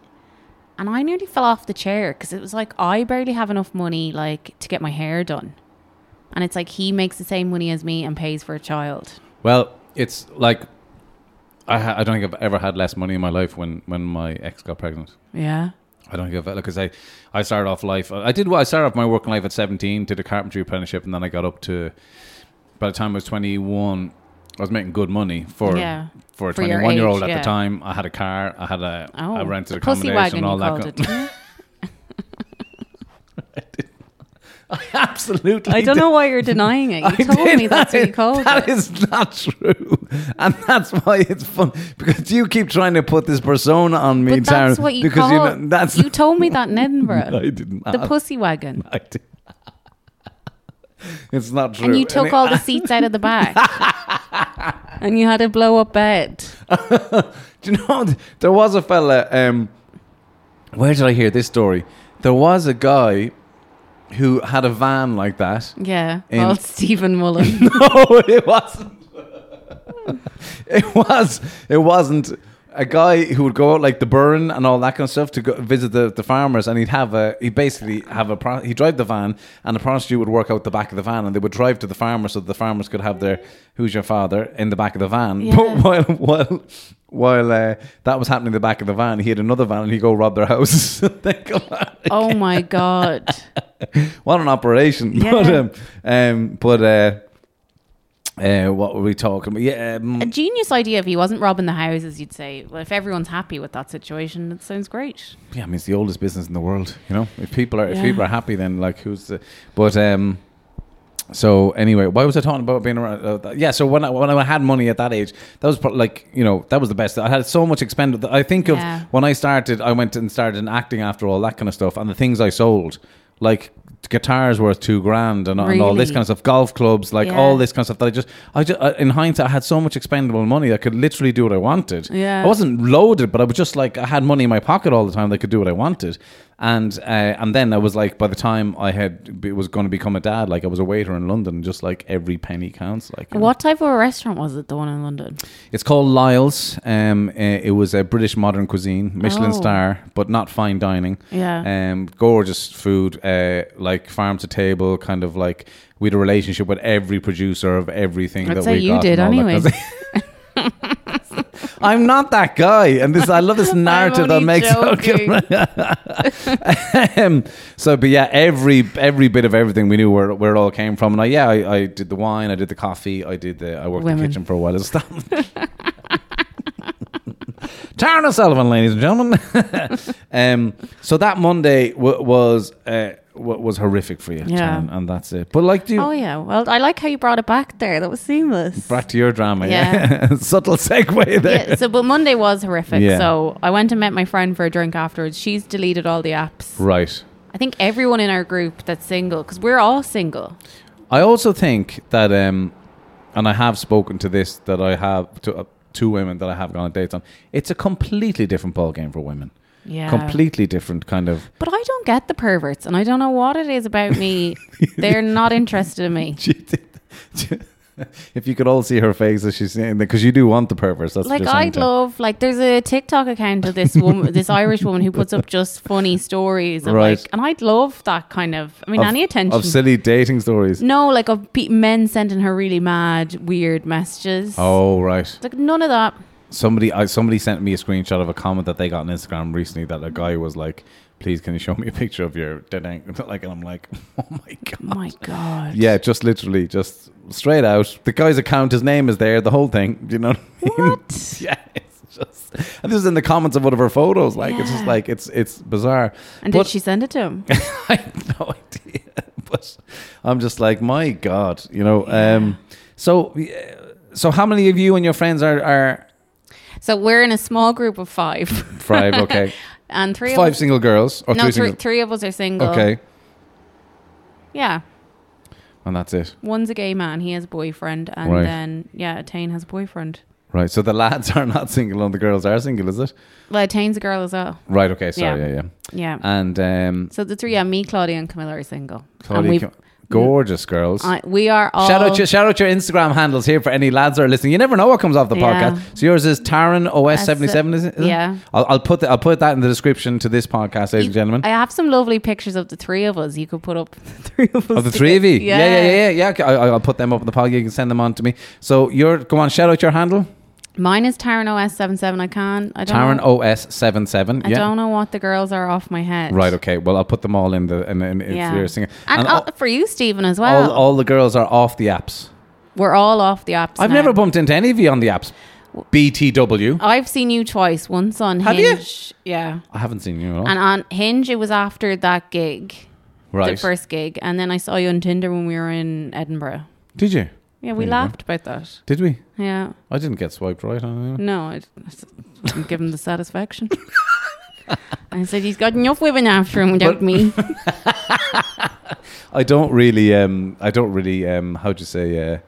D: and I nearly fell off the chair because it was like I barely have enough money like to get my hair done, and it's like he makes the same money as me and pays for a child.
A: Well, it's like I, ha- I don't think I've ever had less money in my life when, when my ex got pregnant.
D: Yeah.
A: I don't think I've because I, I started off life. I did. I started off my working life at seventeen, did a carpentry apprenticeship, and then I got up to. By the time I was twenty one, I was making good money for
D: Yeah.
A: for a
D: For your
A: 21 year old
D: age,
A: at
D: yeah.
A: the time. I had a car. I had a I
D: Oh,
A: rented
D: the pussy
A: accommodation
D: wagon
A: and all
D: you
A: that.
D: called it, didn't you?
A: Absolutely.
F: I don't know
A: did.
F: why you're denying it. You
A: I
F: told
A: did
F: me that's what
A: not-
F: you called it.
A: That is not true, and that's why it's fun because you keep trying to put this persona on me,
D: But that's
A: Tara,
D: what you
A: because
D: call.
A: you know, that's
D: you told me that in Edinburgh.
A: I did not.
D: The pussy wagon.
A: I did. it's not true.
D: And you took
A: it-
D: all the seats out of the back.
F: and you had a blow up bed.
A: Do you know th- there was a fella? Um, where did I hear this story? There was a guy who had a van like that.
D: Yeah.
A: In-
D: Called Stephen Mullen.
A: no, it wasn't. it was. It wasn't. A guy who would go out like the burn and all that kind of stuff to go visit the, the farmers, and he'd have a he'd basically have a pro, he'd drive the van, and the prostitute would work out the back of the van, and they would drive to the farmers so the farmers could have their who's your father in the back of the van. But while while while uh, that was happening in the back of the van, he had another van, and he'd go rob their houses.
D: oh my god.
A: what an operation! But um, um but uh, uh, what were we talking? about? Yeah, um,
D: A genius idea if he wasn't robbing the houses, you'd say. Well, if everyone's happy with that situation, it sounds great.
A: yeah. I mean, it's the oldest business in the world. You know, if people are if
D: Yeah.
A: people are happy, then like who's the? But um, so anyway, why was I talking about being around? Uh, that? yeah, so when I when I had money at that age, that was pro- like you know that was the best. I had so much expended. I think of
B: Yeah.
A: when I started, I went and started in acting after all that kind of stuff, and the things I sold, like guitars worth two grand and, and all this
B: Really?
A: kind of stuff, golf clubs, like
B: Yeah.
A: all this kind of stuff. That I just, I just, I, in hindsight, I had so much expendable money. I could literally do what I wanted.
B: Yeah.
A: I wasn't loaded, but I was just like I had money in my pocket all the time. that I could do what I wanted, and uh, and then I was like, by the time I had was going to become a dad, like I was a waiter in London, and just like every penny counts. Like you know.
D: What type of a restaurant was it, the one in London?
A: It's called Lyle's. Um, uh, it was a British modern cuisine, Michelin
D: Oh.
A: star, but not fine dining.
D: Yeah.
A: Um, gorgeous food, uh, like farm to table, kind of like we had a relationship with every producer of everything
D: I'd
A: that
D: say
A: we
D: you
A: got
D: did
A: and all that
D: anyway.
A: kind of- I'm not that guy, and this I love this narrative that
B: only
A: makes um, so, but yeah, every every bit of everything we knew where, where it all came from, and I yeah, I, I did the wine, I did the coffee, I did the I worked in the
B: Women.
A: kitchen for a while. It's Taryn O'Sullivan, ladies and gentlemen. um, so that Monday w- was uh, w- was horrific for you,
F: Yeah.
A: Taryn, and that's it. But like, do you,
F: oh yeah. Well, I like how you brought it back there. That was seamless.
A: back to your drama,
D: Yeah.
A: yeah. Subtle segue there.
D: Yeah, so but Monday was horrific.
A: Yeah.
D: So I went and met my friend for a drink afterwards. She's deleted all the apps.
A: right.
D: I think everyone in our group that's single, because we're all single.
A: I also think that, um, and I have spoken to this that I have to uh, two women that I have gone on dates on. It's a completely different ball game for women.
D: Yeah.
A: completely different kind of.
D: But I don't get the perverts, and I don't know what it is about me. They're not interested in me.
A: If you could all see her face as she's saying because you do want the purpose. That's
D: like
A: just
D: I'd love, like there's a TikTok account of this woman, this Irish woman who puts up just funny stories, of
A: Right.
D: like, and I'd love that kind of. I mean, any attention
A: of silly dating stories.
D: No, like of pe- men sending her really mad, weird messages.
A: Oh Uh, right.
D: It's like none of that.
A: Somebody, I, somebody sent me a screenshot of a comment that they got on Instagram recently that a guy was like, "Please, can you show me a picture of your dead ankle?" Like, and I'm like, "Oh
D: My God.
A: "Yeah, just literally, just straight out." The guy's account, his name is there, the whole thing. You know what? I mean? yeah, it's just. And this is in the comments of one of her photos. Like, it's just
D: Yeah.
A: like it's it's bizarre.
D: And
A: But-
D: did she send it to him?
A: but I'm just like, my God, you know. Um, so, uh, so how many of you and your friends are are
D: so we're in a small group of five.
A: Five, okay.
D: and three.
A: five
D: of us,
A: single girls or
D: no,
A: three
D: three,
A: single?
D: three of us are single.
A: Okay,
D: Yeah.
A: and that's it.
D: One's a gay man. He has a boyfriend, and
A: Right.
D: then yeah, Tane has a boyfriend.
A: Right. So the lads are not single, and the girls are single, is it?
D: Well, Tane's a girl as well.
A: Right. Okay. Sorry.
D: Yeah.
A: Yeah. Yeah.
D: Yeah.
A: And um,
D: So the three, yeah, me, Claudia, and Camilla are single. and
A: Claudia,
D: we've,
A: Kim- gorgeous girls.
D: I, we are all
A: Shout out, your, shout out your Instagram handles here for any lads that are listening. You never know what comes off the
D: Yeah.
A: podcast. So yours is Taryn OS seventy seven, is it? is it?
D: yeah.
A: I'll, I'll put the, I'll put that in the description to this podcast, ladies and gentlemen.
D: I have some lovely pictures of the three of us. You could put up
A: Of the three of you, yeah, yeah,
D: Yeah.
A: yeah, yeah. yeah. Okay, I, I'll put them up on the podcast. You can send them on to me. So your go on, shout out your handle,
D: Uh-huh. Mine is Taryn OS77. I can't. I don't
A: Taryn
D: know.
A: OS seven seven.
D: I don't know what the girls are off my head.
A: Right. Okay. Well, I'll put them all in the in, in, if
D: Yeah.
A: you're singing.
D: And,
A: all,
D: all, for you, Stephen, as
A: all,
D: well.
A: all the girls are off the apps.
D: We're all off the apps.
A: I've
D: now.
A: never bumped into any of you on the apps. BTW.
D: I've seen you twice. Once on
A: Have you?
D: Hinge. Yeah.
A: I haven't seen you at all.
D: And on Hinge, it was after that gig, the
A: Right.
D: first gig, and then I saw you on Tinder when we were in Edinburgh.
A: Did you?
D: Yeah, we
A: There you go.
D: laughed about that.
A: Did we?
D: Yeah.
A: I didn't get swiped right on it.
D: No, I didn't give him the satisfaction. I said he's got enough women after him without me.
A: I don't really, um, I don't really, um, how do you say, uh,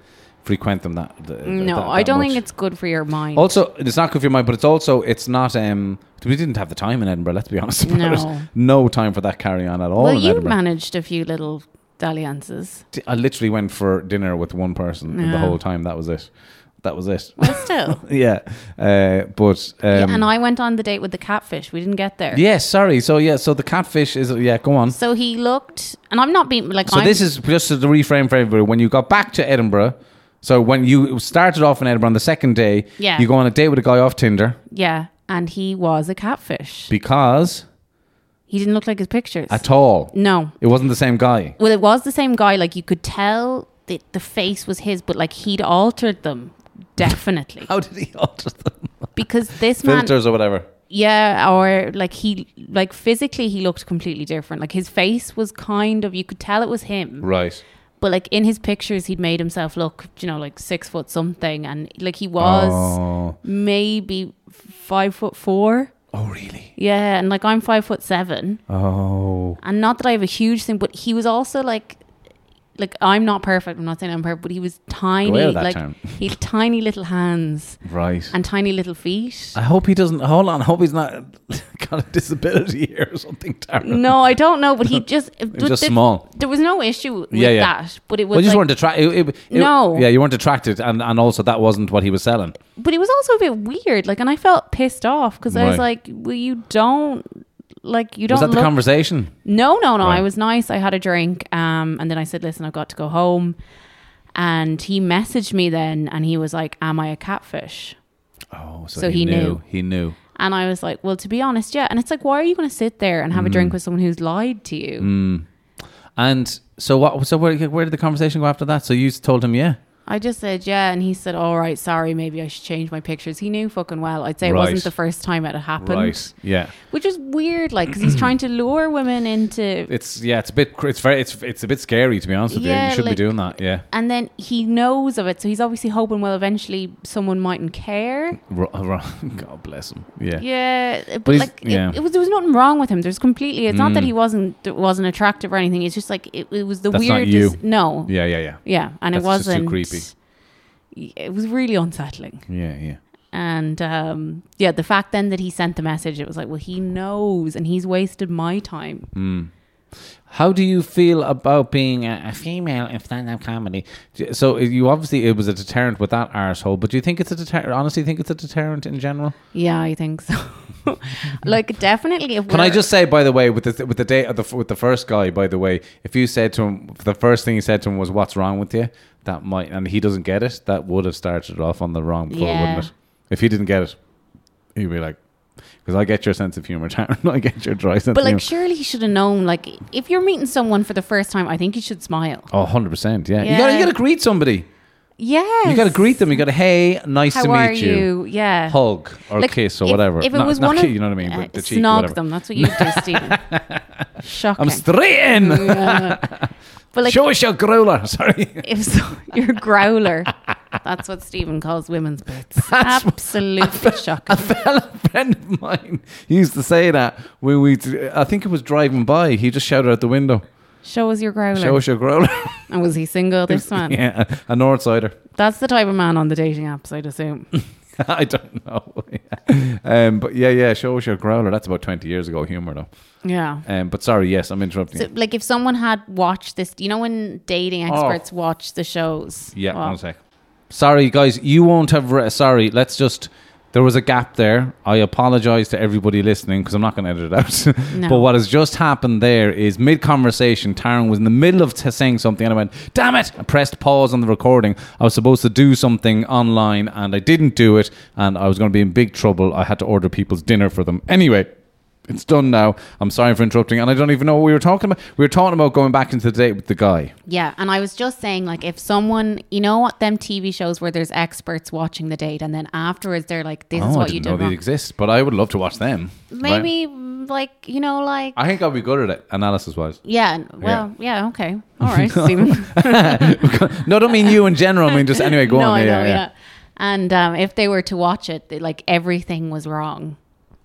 A: frequent them that. th-
D: No,
A: that-
D: I
A: that
D: don't
A: much.
D: think it's good for your mind.
A: Also, it's not good for your mind, but it's also it's not. Um, we didn't have the time in Edinburgh. Let's be honest. about
D: No.
A: it. no time for that carry on at all.
D: well,
A: in
D: you
A: Edinburgh.
D: managed a few little dalliances.
A: T- I literally went for dinner with one person and the
D: Yeah.
A: whole time. That was it. That was it.
D: Well, still.
A: yeah, uh, but um,
D: Yeah, and I went on the date with the catfish. We didn't get there.
A: yeah, sorry. So yeah, so the catfish is yeah. Go on. So,
D: So he looked, and I'm not being like. I'm,
A: this is just to reframe for everybody. When you got back to Edinburgh, so when you started off in Edinburgh on the second day,
D: Yeah.
A: you go on a date with a guy off Tinder
D: Yeah, and he was a catfish.
A: because
D: He didn't look like his pictures.
A: at all
D: No.
A: it wasn't the same guy.
D: Well, it was the same guy. Like you could tell that the face was his, but like he'd altered them definitely
A: How did he alter them?
D: because this man.
A: Filters or whatever.
D: Yeah, or like he, like physically, he looked completely different. Like his face was kind of, you could tell it was him.
A: Right.
D: But like in his pictures, he'd made himself look, you know, like six foot something, and like he was
A: Oh.
D: maybe five foot four.
A: Oh, really?
D: Yeah, and like I'm five foot seven,
A: Oh.
D: and not that I have a huge thing, but he was also like, like I'm not perfect. I'm not saying I'm perfect, but he was tiny,
A: out of that
D: like
A: term.
D: he had tiny little hands
A: Right.
D: and tiny little feet.
A: I hope he doesn't. Hold on. I hope he's not got a disability here or something terrible.
D: No, I don't know, but he just it
A: was just small.
D: There was no issue with
A: Yeah, yeah.
D: that, but it was.
A: Well, you just
D: like-
A: weren't attracted.
D: No.
A: Yeah, you weren't attracted, and, and also that wasn't what he was selling.
D: but it was also a bit weird. Like, and I felt pissed off because I was
A: Right.
D: like, "Well, you don't like you don't."
A: Was that the
D: look-
A: conversation?
D: No, no, no.
A: Right.
D: I was nice. I had a drink, um, and then I said, "Listen, I've got to go home." And he messaged me then, and he was like, "Am I a catfish?"
A: Oh,
D: So he knew.
A: He knew.
D: And I was like, "Well, to be honest, yeah." And it's like, why are you going to sit there and have a
A: Mm.
D: drink with someone who's lied to you?
A: And so what? So where, where did the conversation go after that? So you told him, yeah.
D: I just said, yeah. And he said, all right, sorry, maybe I should change my pictures. He knew fucking well. I'd say it
A: Right.
D: wasn't the first time it had happened.
A: Yeah.
D: Which is weird, like, because he's trying to lure women into.
A: It's yeah. It's a bit. cr- It's very. It's it's a bit scary to be honest with you. You
D: Yeah,
A: shouldn't
D: like-
A: be doing that. Yeah.
D: And then he knows of it. So he's obviously hoping, well, eventually someone mightn't care.
A: Ro- ro- God bless him. Yeah.
D: Yeah. But,
A: he's-
D: like, it-
A: yeah. Mm.
D: It, was, there was nothing wrong with him. There's completely, it's not that he wasn't that wasn't attractive or anything. It's just like, it, it was the
A: That's not
D: weirdest.
A: you.
D: No.
A: Yeah. Yeah. Yeah.
D: Yeah. And it
A: That's just too
D: wasn't.
A: creepy.
D: It was really unsettling.
A: Yeah. Yeah.
D: And um, yeah, the fact then that he sent the message, it was like, well, he knows and he's wasted my time.
A: Mm. How do you feel about being a, a female in stand-up comedy? D- So you obviously it was a deterrent with that arsehole, but do you think it's a deterrent? Honestly, think it's a deterrent in general?
D: Yeah, I think so. like, definitely. If
A: Can I
D: we're-
A: just say, by the way, with the with the date of the f- with the first guy, by the way, if you said to him if the first thing you said to him was "What's wrong with you?" That might, and he doesn't get it. That would have started off on the wrong foot,
D: Yeah.
A: wouldn't it? If he didn't get it, he'd be like, "Because I get your sense of humor, Taryn. I get your dry sense."
D: But
A: of
D: like,
A: humor.
D: surely he should have known. Like, if you're meeting someone for the first time, I think you should smile.
A: oh, 100 percent. Yeah, you
D: Yeah.
A: gotta you gotta greet somebody.
D: Yes.
A: You got to greet them. You got to, hey, nice
D: How
A: to
D: are
A: meet
D: you? Yeah.
A: Hug or kiss or
D: if-
A: whatever.
D: If it
A: Not-
D: was
A: not
D: one
A: kiss,
D: of,
A: you know what I mean,
D: uh,
A: but the cheek,
D: snog
A: whatever.
D: them. That's what you do, Stephen. Shocking.
A: I'm straight in.
D: But like,
A: Show us your growler. Sorry.
D: if so, your growler, that's what Stephen calls women's bits. Absolutely shocking.
A: fella friend of mine used to say that when we, I think it was driving by. He just shouted out the window,
D: Show us your growler.
A: show us your growler.
D: And was he single? This man.
A: yeah, a Northsider.
D: That's the type of man on the dating apps, I'd assume.
A: I don't know. um, but yeah, yeah, show us your growler. That's about 20 years ago humor though.
D: yeah.
A: Um, but sorry, yes, I'm interrupting.
D: So, like, if someone had watched this, you know, when dating
A: Oh.
D: experts watch the shows.
A: Yeah,
D: Well,
A: one sec. Sorry, guys, you won't have. Re- sorry, let's just. There was a gap there. I apologize to everybody listening because I'm not going to edit it out.
D: No.
A: But what has just happened there is mid conversation, Taryn was in the middle of t- saying something and I went, damn it! I pressed pause on the recording. I was supposed to do something online and I didn't do it and I was going to be in big trouble. I had to order people's dinner for them. Anyway, it's done now. I'm sorry for interrupting. And I don't even know what we were talking about. We were talking about going back into the date with the guy.
D: Yeah, and I was just saying, like, if someone, you know, what them TV shows where there's experts watching the date, and then afterwards they're like, "This is
A: oh, I
D: what
A: didn't
D: you did
A: know
D: wrong."
A: they exist, but I would love to watch them. Right?
D: Maybe, like, you know, like,
A: I think I'll be good at it, analysis wise.
D: yeah. and- Well, yeah. Okay. All right, Stephen.
A: no, I don't mean you in general. I mean just anyway. Go
D: no,
A: on. yeah,
D: I know,
A: yeah, yeah.
D: And um, if they were to watch it, they, like everything was wrong.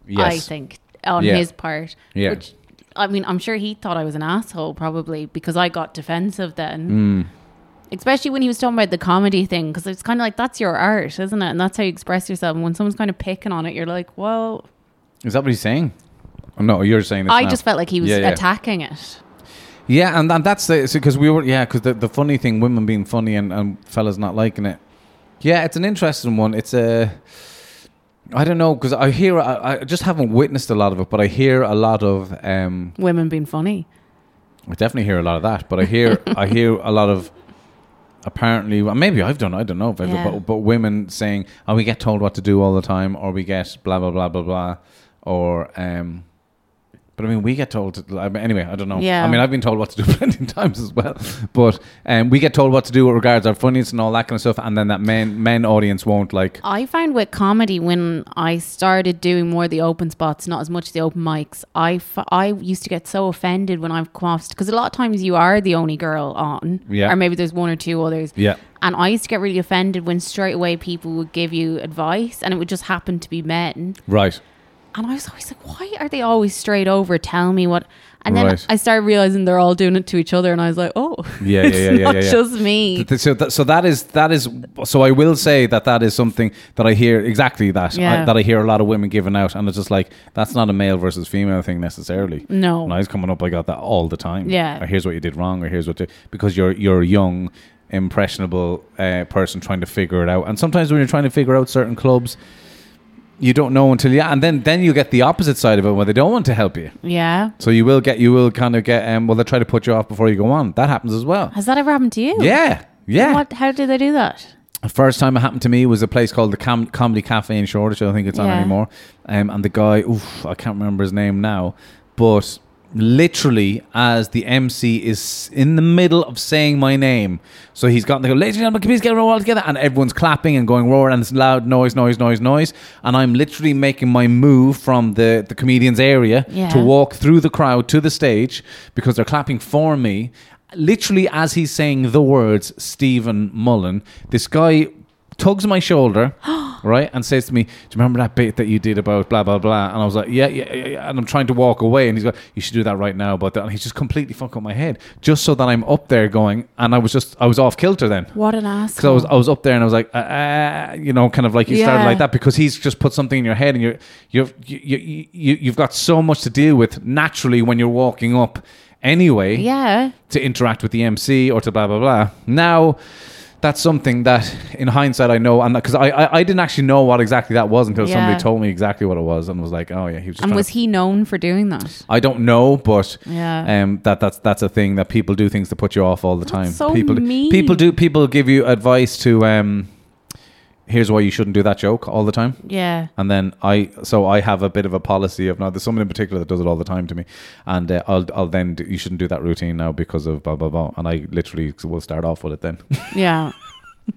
D: I
A: Yes.
D: think on
A: Yeah.
D: his part.
A: Yeah.
D: Which I mean, I'm sure he thought I was an asshole probably because I got defensive
A: Hmm.
D: then. Especially when he was talking about the comedy thing, because it's kind of like that's your art, isn't it? And that's how you express yourself. And when someone's kind of picking on it, you're like, well,
A: Is that what he's saying? Oh, no, you're saying this.
D: I
A: now.
D: just felt like he was
A: Yeah, yeah.
D: attacking it.
A: Yeah, and, and that's the because we were yeah because the, the funny thing women being funny and, and fellas not liking it. Yeah, it's an interesting one. It's a I don't know because I hear I, I just haven't witnessed a lot of it, but I hear a lot of um
D: Women being funny.
A: I definitely hear a lot of that, but I hear I hear a lot of apparently well, maybe I've done it, I don't know if I've-
D: Yeah.
A: but but women saying oh we get told what to do all the time or we get blah blah blah blah blah or um but I mean we get told to, I mean, anyway I don't know
D: Yeah.
A: I mean I've been told what to do plenty of times as well but um, we get told what to do with regards our funniness and all that kind of stuff and then that men men audience won't like
D: I found with comedy when I started doing more of the open spots, not as much the open mics. I, f- I used to get so offended when I've coughed because a lot of times you are the only girl on,
A: Yeah.
D: or maybe there's one or two others.
A: yeah
D: And I used to get really offended when straight away people would give you advice and it would just happen to be men.
A: right
D: And I was always like, why are they always straight over? Tell me what. And then
A: Right.
D: I started realizing they're all doing it to each other. And I was like, oh,
A: Yeah, yeah,
D: it's
A: yeah, yeah,
D: not
A: yeah, yeah.
D: just me.
A: Th- th- So that, so that is that is so I will say that that is something that I hear exactly that I,
D: Yeah.
A: that I hear a lot of women giving out, and it's just like that's not a male versus female thing necessarily.
D: No.
A: when I was coming up, I got that all the time.
D: Yeah.
A: or here's what you did wrong, or here's what you, because you're you're a young, impressionable uh, person trying to figure it out, and sometimes when you're trying to figure out certain clubs. You don't know until yeah, and then then you get the opposite side of it where they don't want to help you.
D: yeah.
A: So you will get you will kind of get um well they try to put you off before you go on. That happens as well.
D: Has that ever happened to Oh. you?
A: Yeah, yeah.
D: What, how do they do that?
A: The first time it happened to me was a place called the Cam- Comedy Cafe in Shoreditch. I don't think it's on
D: Yeah.
A: anymore. Um, and the guy, oof, I can't remember his name now, but literally as the MC is in the middle of saying my name, so he's gotten to go, ladies and gentlemen, can we please get everyone all together, and everyone's clapping and going roar and it's loud noise, noise, noise, noise, and I'm literally making my move from the the comedian's area
D: Yeah.
A: to walk through the crowd to the stage because they're clapping for me. Literally, as he's saying the words, Stephen Mullen, this guy tugs my shoulder, right, and says to me, Do you remember that bit that you did about blah, blah, blah? And I was like, Yeah, yeah, yeah. yeah," And I'm trying to walk away. And he's like, You should do that right now. But and he's just completely fucking my head just so that I'm up there going. And I was just, I was off kilter then.
D: What an
A: Because I
D: asshole.
A: was, I was up there and I was like, uh, uh, you know, kind of like you started
D: Yeah.
A: like that because he's just put something in your head and you're, you're, you, you, you, you've got so much to deal with naturally when you're walking up anyway
D: yeah.
A: to interact with the MC or to blah, blah, blah. Now, that's something that in hindsight I know, and because I, I, I didn't actually know what exactly that was until
D: Yeah.
A: somebody told me exactly what it was and was like, oh yeah, he was just
D: And
A: trying
D: was
A: to
D: he known for doing that?
A: I don't know, but
D: Yeah.
A: um, that that's that's a thing that people do things to put you off all the time.
D: so
A: people
D: mean.
A: people do people give you advice to um, here's why you shouldn't do that joke all the time.
D: Yeah.
A: And then I, so I have a bit of a policy of now. There's someone in particular that does it all the time to me, and uh, I'll, I'll then do, you shouldn't do that routine now because of blah blah blah. And I literally will start off with it then,
D: Yeah.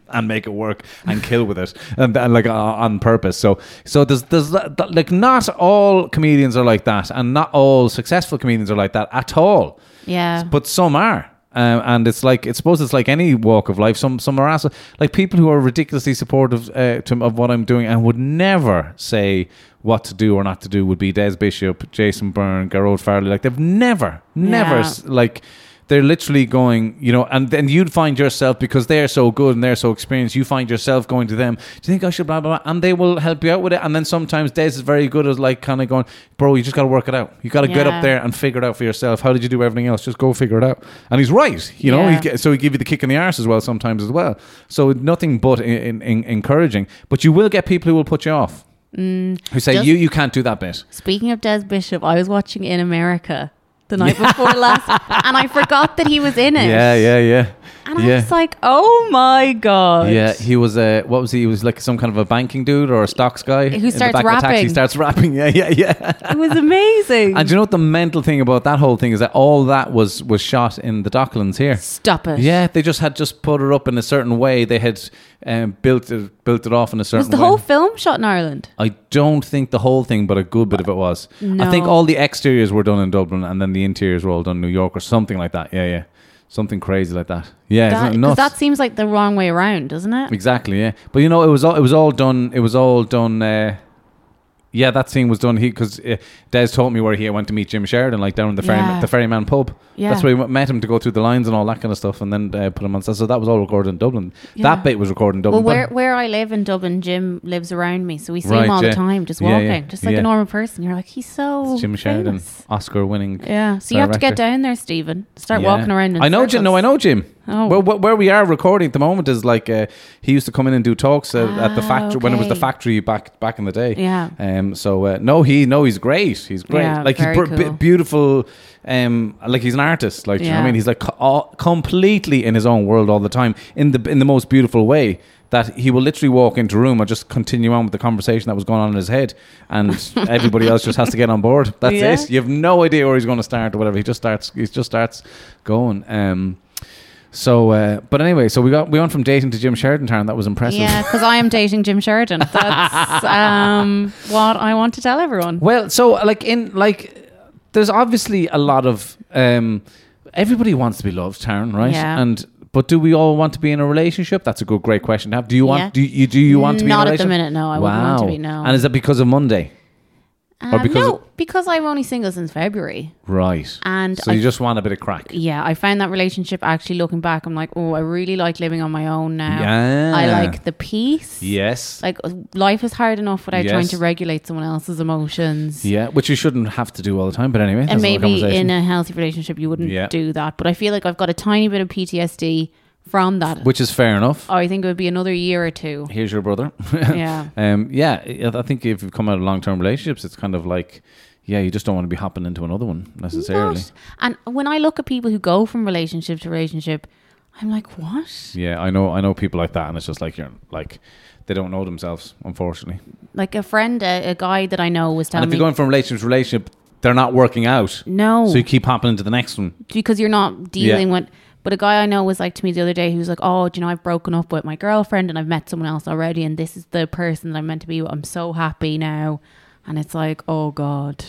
A: and make it work and kill with it, and, and like uh, on purpose. So so there's there's that- that- like not all comedians are like that, and not all successful comedians are like that at all
D: Yeah.
A: but some are. Um, and it's like, I suppose it's like any walk of life. Some some are also, like people who are ridiculously supportive uh, to, of what I'm doing and would never say what to do or not to do would be Des Bishop, Jason Byrne, Gerald Farley. Like they've never, never
D: Yeah.
A: s- like they're literally going, you know. And then you'd find yourself because they're so good and they're so experienced. You find yourself going to them. Do you think I should blah blah? blah? And they will help you out with it. And then sometimes Des is very good at like kind of going, bro, you just got to work it out. You got to get
D: Yeah.
A: up there and figure it out for yourself. How did you do everything else? Just go figure it out. And he's right, you know.
D: Yeah.
A: He get, so he give you the kick in the arse as well sometimes as well. So nothing but in, in, in encouraging. But you will get people who will put you off,
F: Mm.
A: who say
D: Just-
A: you you can't do that bit.
D: Speaking of Des Bishop, I was watching In America the night before last, and I forgot that he was in it.
A: yeah, yeah.
F: And I was like, oh my God.
A: Yeah, he was a what was he? He was like some kind of a banking dude or a stocks guy
F: Who
A: in
F: starts
A: the back Of a taxi,
F: rapping.
A: starts rapping. Yeah, yeah, yeah.
F: It was amazing.
A: And do you know what the mental thing about that whole thing is that all that was was shot in the Docklands here.
F: Stop it.
A: Yeah, they just had just put it up in a certain way. They had um, built it built it off in a certain
F: Was the
A: way.
F: whole film shot in Ireland?
A: I don't think the whole thing, but a good bit of it was. I
F: No.
A: think all the exteriors were done in Dublin, and then the interiors were all done in New York or something like that. Yeah, yeah, something crazy like that. Yeah,
F: that,
A: isn't it
F: 'cause
A: nuts?
F: that seems like the wrong way around, doesn't it?
A: Exactly, yeah. But you know, it was all it was all done. It was all done. Uh, yeah, that scene was done. He because uh, Des told me where he went to meet Jim Sheridan, like down in the ferry,
F: Yeah.
A: the ferryman pub.
F: Yeah.
A: That's where he went- met him to go through the lines and all that kind of stuff, and then uh, put him on set. So that was all recorded in Dublin.
D: Yeah.
A: That bit was recorded in Dublin.
D: Well,
A: but-
D: where, where I live in Dublin, Jim lives around me, so we see
A: Right,
D: him all
A: yeah.
D: the time, just
A: Yeah,
D: walking,
A: yeah,
D: just like
A: yeah.
D: a normal person. You're like, he's so
A: Jim Sheridan,
D: famous.
A: Oscar-winning.
D: Yeah, so you have to get
A: director.
D: down there, Stephen. Start
A: Yeah.
D: walking around. In
A: I know, Jim. No, I know, Jim.
D: Oh.
A: Where, where, where we are recording at the moment is like uh, he used to come in and do talks uh, at the
D: Ah,
A: factory when it was the
D: okay.
A: factory back back in the day.
D: Yeah.
A: Um. So uh, no, he no, he's great. He's great.
D: Yeah,
A: like
D: very
A: he's br-
D: cool.
A: b- beautiful. Um. Like he's an artist. Like do you know what I
D: Yeah.
A: mean, he's like co- all, completely in his own world all the time in the in the most beautiful way. That he will literally walk into a room and just continue on with the conversation that was going on in his head, and everybody else just has to get on board. That's
F: Yeah.
A: it. You have no idea where he's going to start or whatever. He just starts. He just starts going. Um, so, uh, but anyway, so we got we went from dating to Jim Sheridan town. That was impressive.
D: Yeah, because I am dating Jim Sheridan. That's um, what I want to tell everyone.
A: Well, so like in like, there's obviously a lot of um, everybody wants to be loved, Taryn, right?
D: Yeah.
A: And but do we all want to be in a relationship? That's a good, great question to have. Do you want?
D: Yeah.
A: Do you do you want to be
D: Not
A: in a
D: at the
A: relationship?
D: minute, no, I wouldn't want to be, no.
A: And is that because of Monday? Oh,
D: Um, no, because I'm only single since February.
A: right?
D: And
A: so
D: I-
A: you just want a bit of crack.
D: Yeah, I found that relationship actually looking back, I'm like, oh, I really like living on my own now. I
A: Yeah.
D: like the peace.
A: Yes.
D: Like uh, life is hard enough without
A: Yes.
D: trying to regulate someone else's emotions.
A: Yeah, which you shouldn't have to do all the time. But anyway,
D: and
A: that's another
D: maybe
A: conversation.
D: in a healthy relationship you wouldn't
A: Yeah.
D: do that. But I feel like I've got a tiny bit of PTSD from that.
A: which is fair enough.
D: I think it would be another year or two.
A: here's your brother.
D: Yeah.
A: Um, yeah. I- I think if you've come out of long term relationships, it's kind of like, yeah, you just don't want to be hopping into another one necessarily.
D: Not- And when I look at people who go from relationship to relationship, I'm like, what?
A: Yeah, I know. I know people like that, and it's just like you're like, they don't know themselves, unfortunately.
D: Like a friend, a, a guy that I know was
A: and
D: telling
A: if
D: me
A: you're going from relationship to relationship, they're not working out.
D: No.
A: So you keep hopping into the next one.
D: because you're not
A: Yeah.
D: dealing with. But a guy I know was like to me the other day, he was like, "Oh, do you know I've broken up with my girlfriend and I've met someone else already, and this is the person that I'm meant to be with. I'm so happy now," and it's like, "Oh God."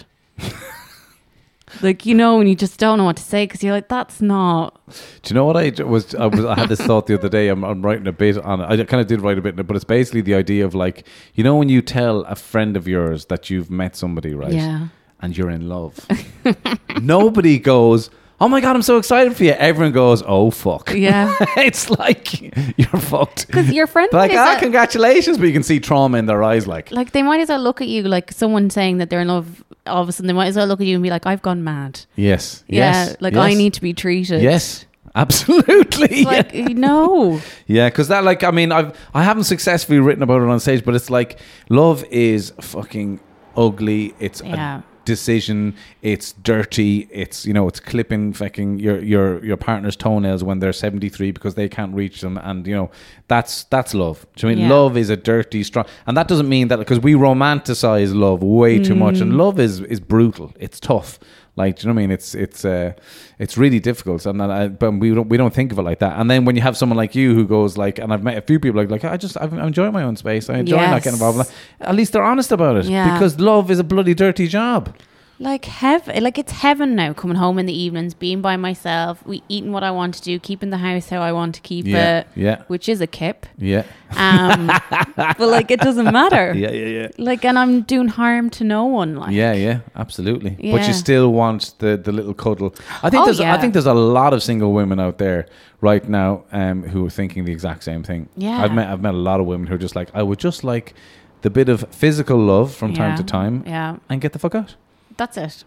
D: like you know, and you just don't know what to say because you're like, "That's not."
A: Do you know what I d- was? I was. I had this thought the other day. I'm, I'm writing a bit on it. I kind of did write a bit, on it, but it's basically the idea of like, you know, when you tell a friend of yours that you've met somebody, right?
D: Yeah.
A: And you're in love. Nobody goes. Oh my god, I'm so excited for you. Everyone goes, "Oh fuck."
D: Yeah.
A: it's like you're fucked. Because
D: your friend
A: like,
D: is
A: ah,
D: a-
A: congratulations, but you can see trauma in their eyes. Like,
D: Like they might as well look at you like someone saying that they're in love. All of a sudden, they might as well look at you and be like, "I've gone mad."
A: yes,
D: Yeah,
A: yes,
D: like
A: yes,
D: I need to be treated.
A: Yes, absolutely.
D: It's like no.
A: Yeah, because that like I mean I've I haven't successfully written about it on stage, but it's like love is fucking ugly. It's
D: Yeah.
A: a decision. It's dirty. It's you know it's clipping fucking your your your partner's toenails when they're seventy three because they can't reach them, and you know that's that's love. Do you know what I mean
B: Yeah.
A: love is a dirty strong, and that doesn't mean that because we romanticize love way too much,
B: Mm.
A: and love is is brutal. It's tough. Like, do you know what I mean? It's it's uh, it's really difficult, and then I, but we don't we don't think of it like that. And then when you have someone like you who goes like, and I've met a few people like, like I just I'm enjoying my own space. I enjoy not getting involved. At least they're honest about it
D: Yeah.
A: because love is a bloody dirty job.
D: Like heaven, like it's heaven now. Coming home in the evenings, being by myself, we eating what I want to do, keeping the house how I want to keep
A: Yeah,
D: it.
A: yeah.
D: which is a kip.
A: Yeah,
D: Um, but like it doesn't matter.
A: yeah, yeah, yeah.
D: Like, and I'm doing harm to no one. Like,
A: yeah, yeah, absolutely. But
D: Yeah.
A: you still want the, the little cuddle. I think
D: Oh,
A: there's
D: yeah.
A: I think there's a lot of single women out there right now um, who are thinking the exact same thing.
D: Yeah.
A: I've met I've met a lot of women who are just like I would just like the bit of physical love from time
D: Yeah,
A: to time.
D: yeah.
A: And get the fuck out.
D: that's it.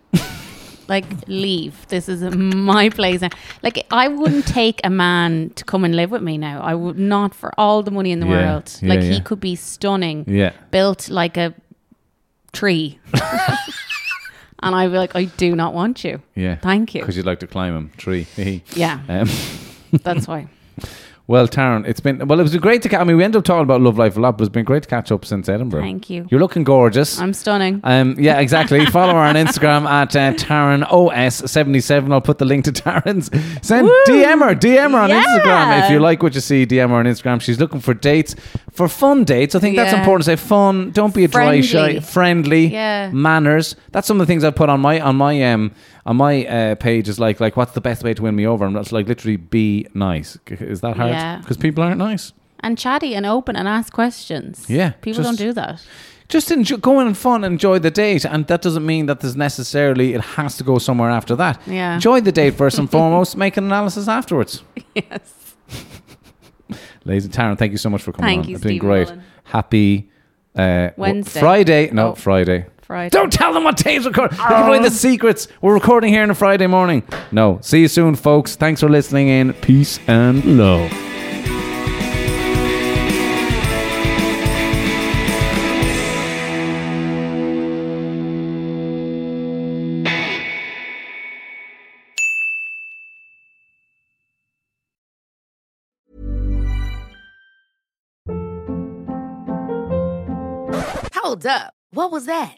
D: like, leave. This is my place now. Like, I wouldn't take a man to come and live with me now. I would not for all the money in the
A: Yeah,
D: world.
A: yeah,
D: Like,
A: yeah.
D: he could be stunning.
A: Yeah.
D: built like a tree. and I'd be like, I do not want you.
A: Yeah.
D: Thank you.
A: Because you'd like to climb them tree.
D: Yeah.
A: Um,
D: That's why.
A: Well, Taryn, it's been well. It was great to. Ca- I mean, we end up talking about love life a lot, but it's been great to catch up since Edinburgh.
F: Thank you.
A: You're looking gorgeous.
F: I'm stunning.
A: Um, yeah, exactly. Follow her on Instagram at uh, TarynOS77. I'll put the link to Taryn's. Send
F: Woo!
A: DM her, DM her on
F: Yeah.
A: Instagram if you like what you see. DM her on Instagram. She's looking for dates, for fun dates. I think that's
F: Yeah.
A: important. to Say fun. Don't be a
F: Friendly.
A: dry shy. Friendly.
F: Yeah.
A: Manners. That's some of the things I put on my on my um on my uh, page is like like what's the best way to win me over? And that's like literally be nice. Is that hard?
F: Yeah.
A: Because people aren't nice.
D: And chatty and open and ask questions.
A: Yeah,
D: People
A: just-
D: don't do that.
A: just enjoy, go and fun, enjoy the date, and that doesn't mean that there's necessarily it has to go somewhere after that.
D: Yeah.
A: enjoy the date first and foremost. Make an analysis afterwards.
F: Yes.
A: Ladies and Taryn, thank you so much for coming
F: Thank
A: on.
F: you,
A: it's been
F: Stephen
A: great.
F: Mullen.
A: Happy uh, wh-
F: Wednesday.
A: Friday. No,
F: Oh.
A: Friday.
F: Friday.
A: Don't tell them what days recording. They're
F: Oh.
A: giving away the secrets. We're recording here on a Friday morning. No. See you soon, folks. Thanks for listening in. Peace and love.
G: Hold up. What was that?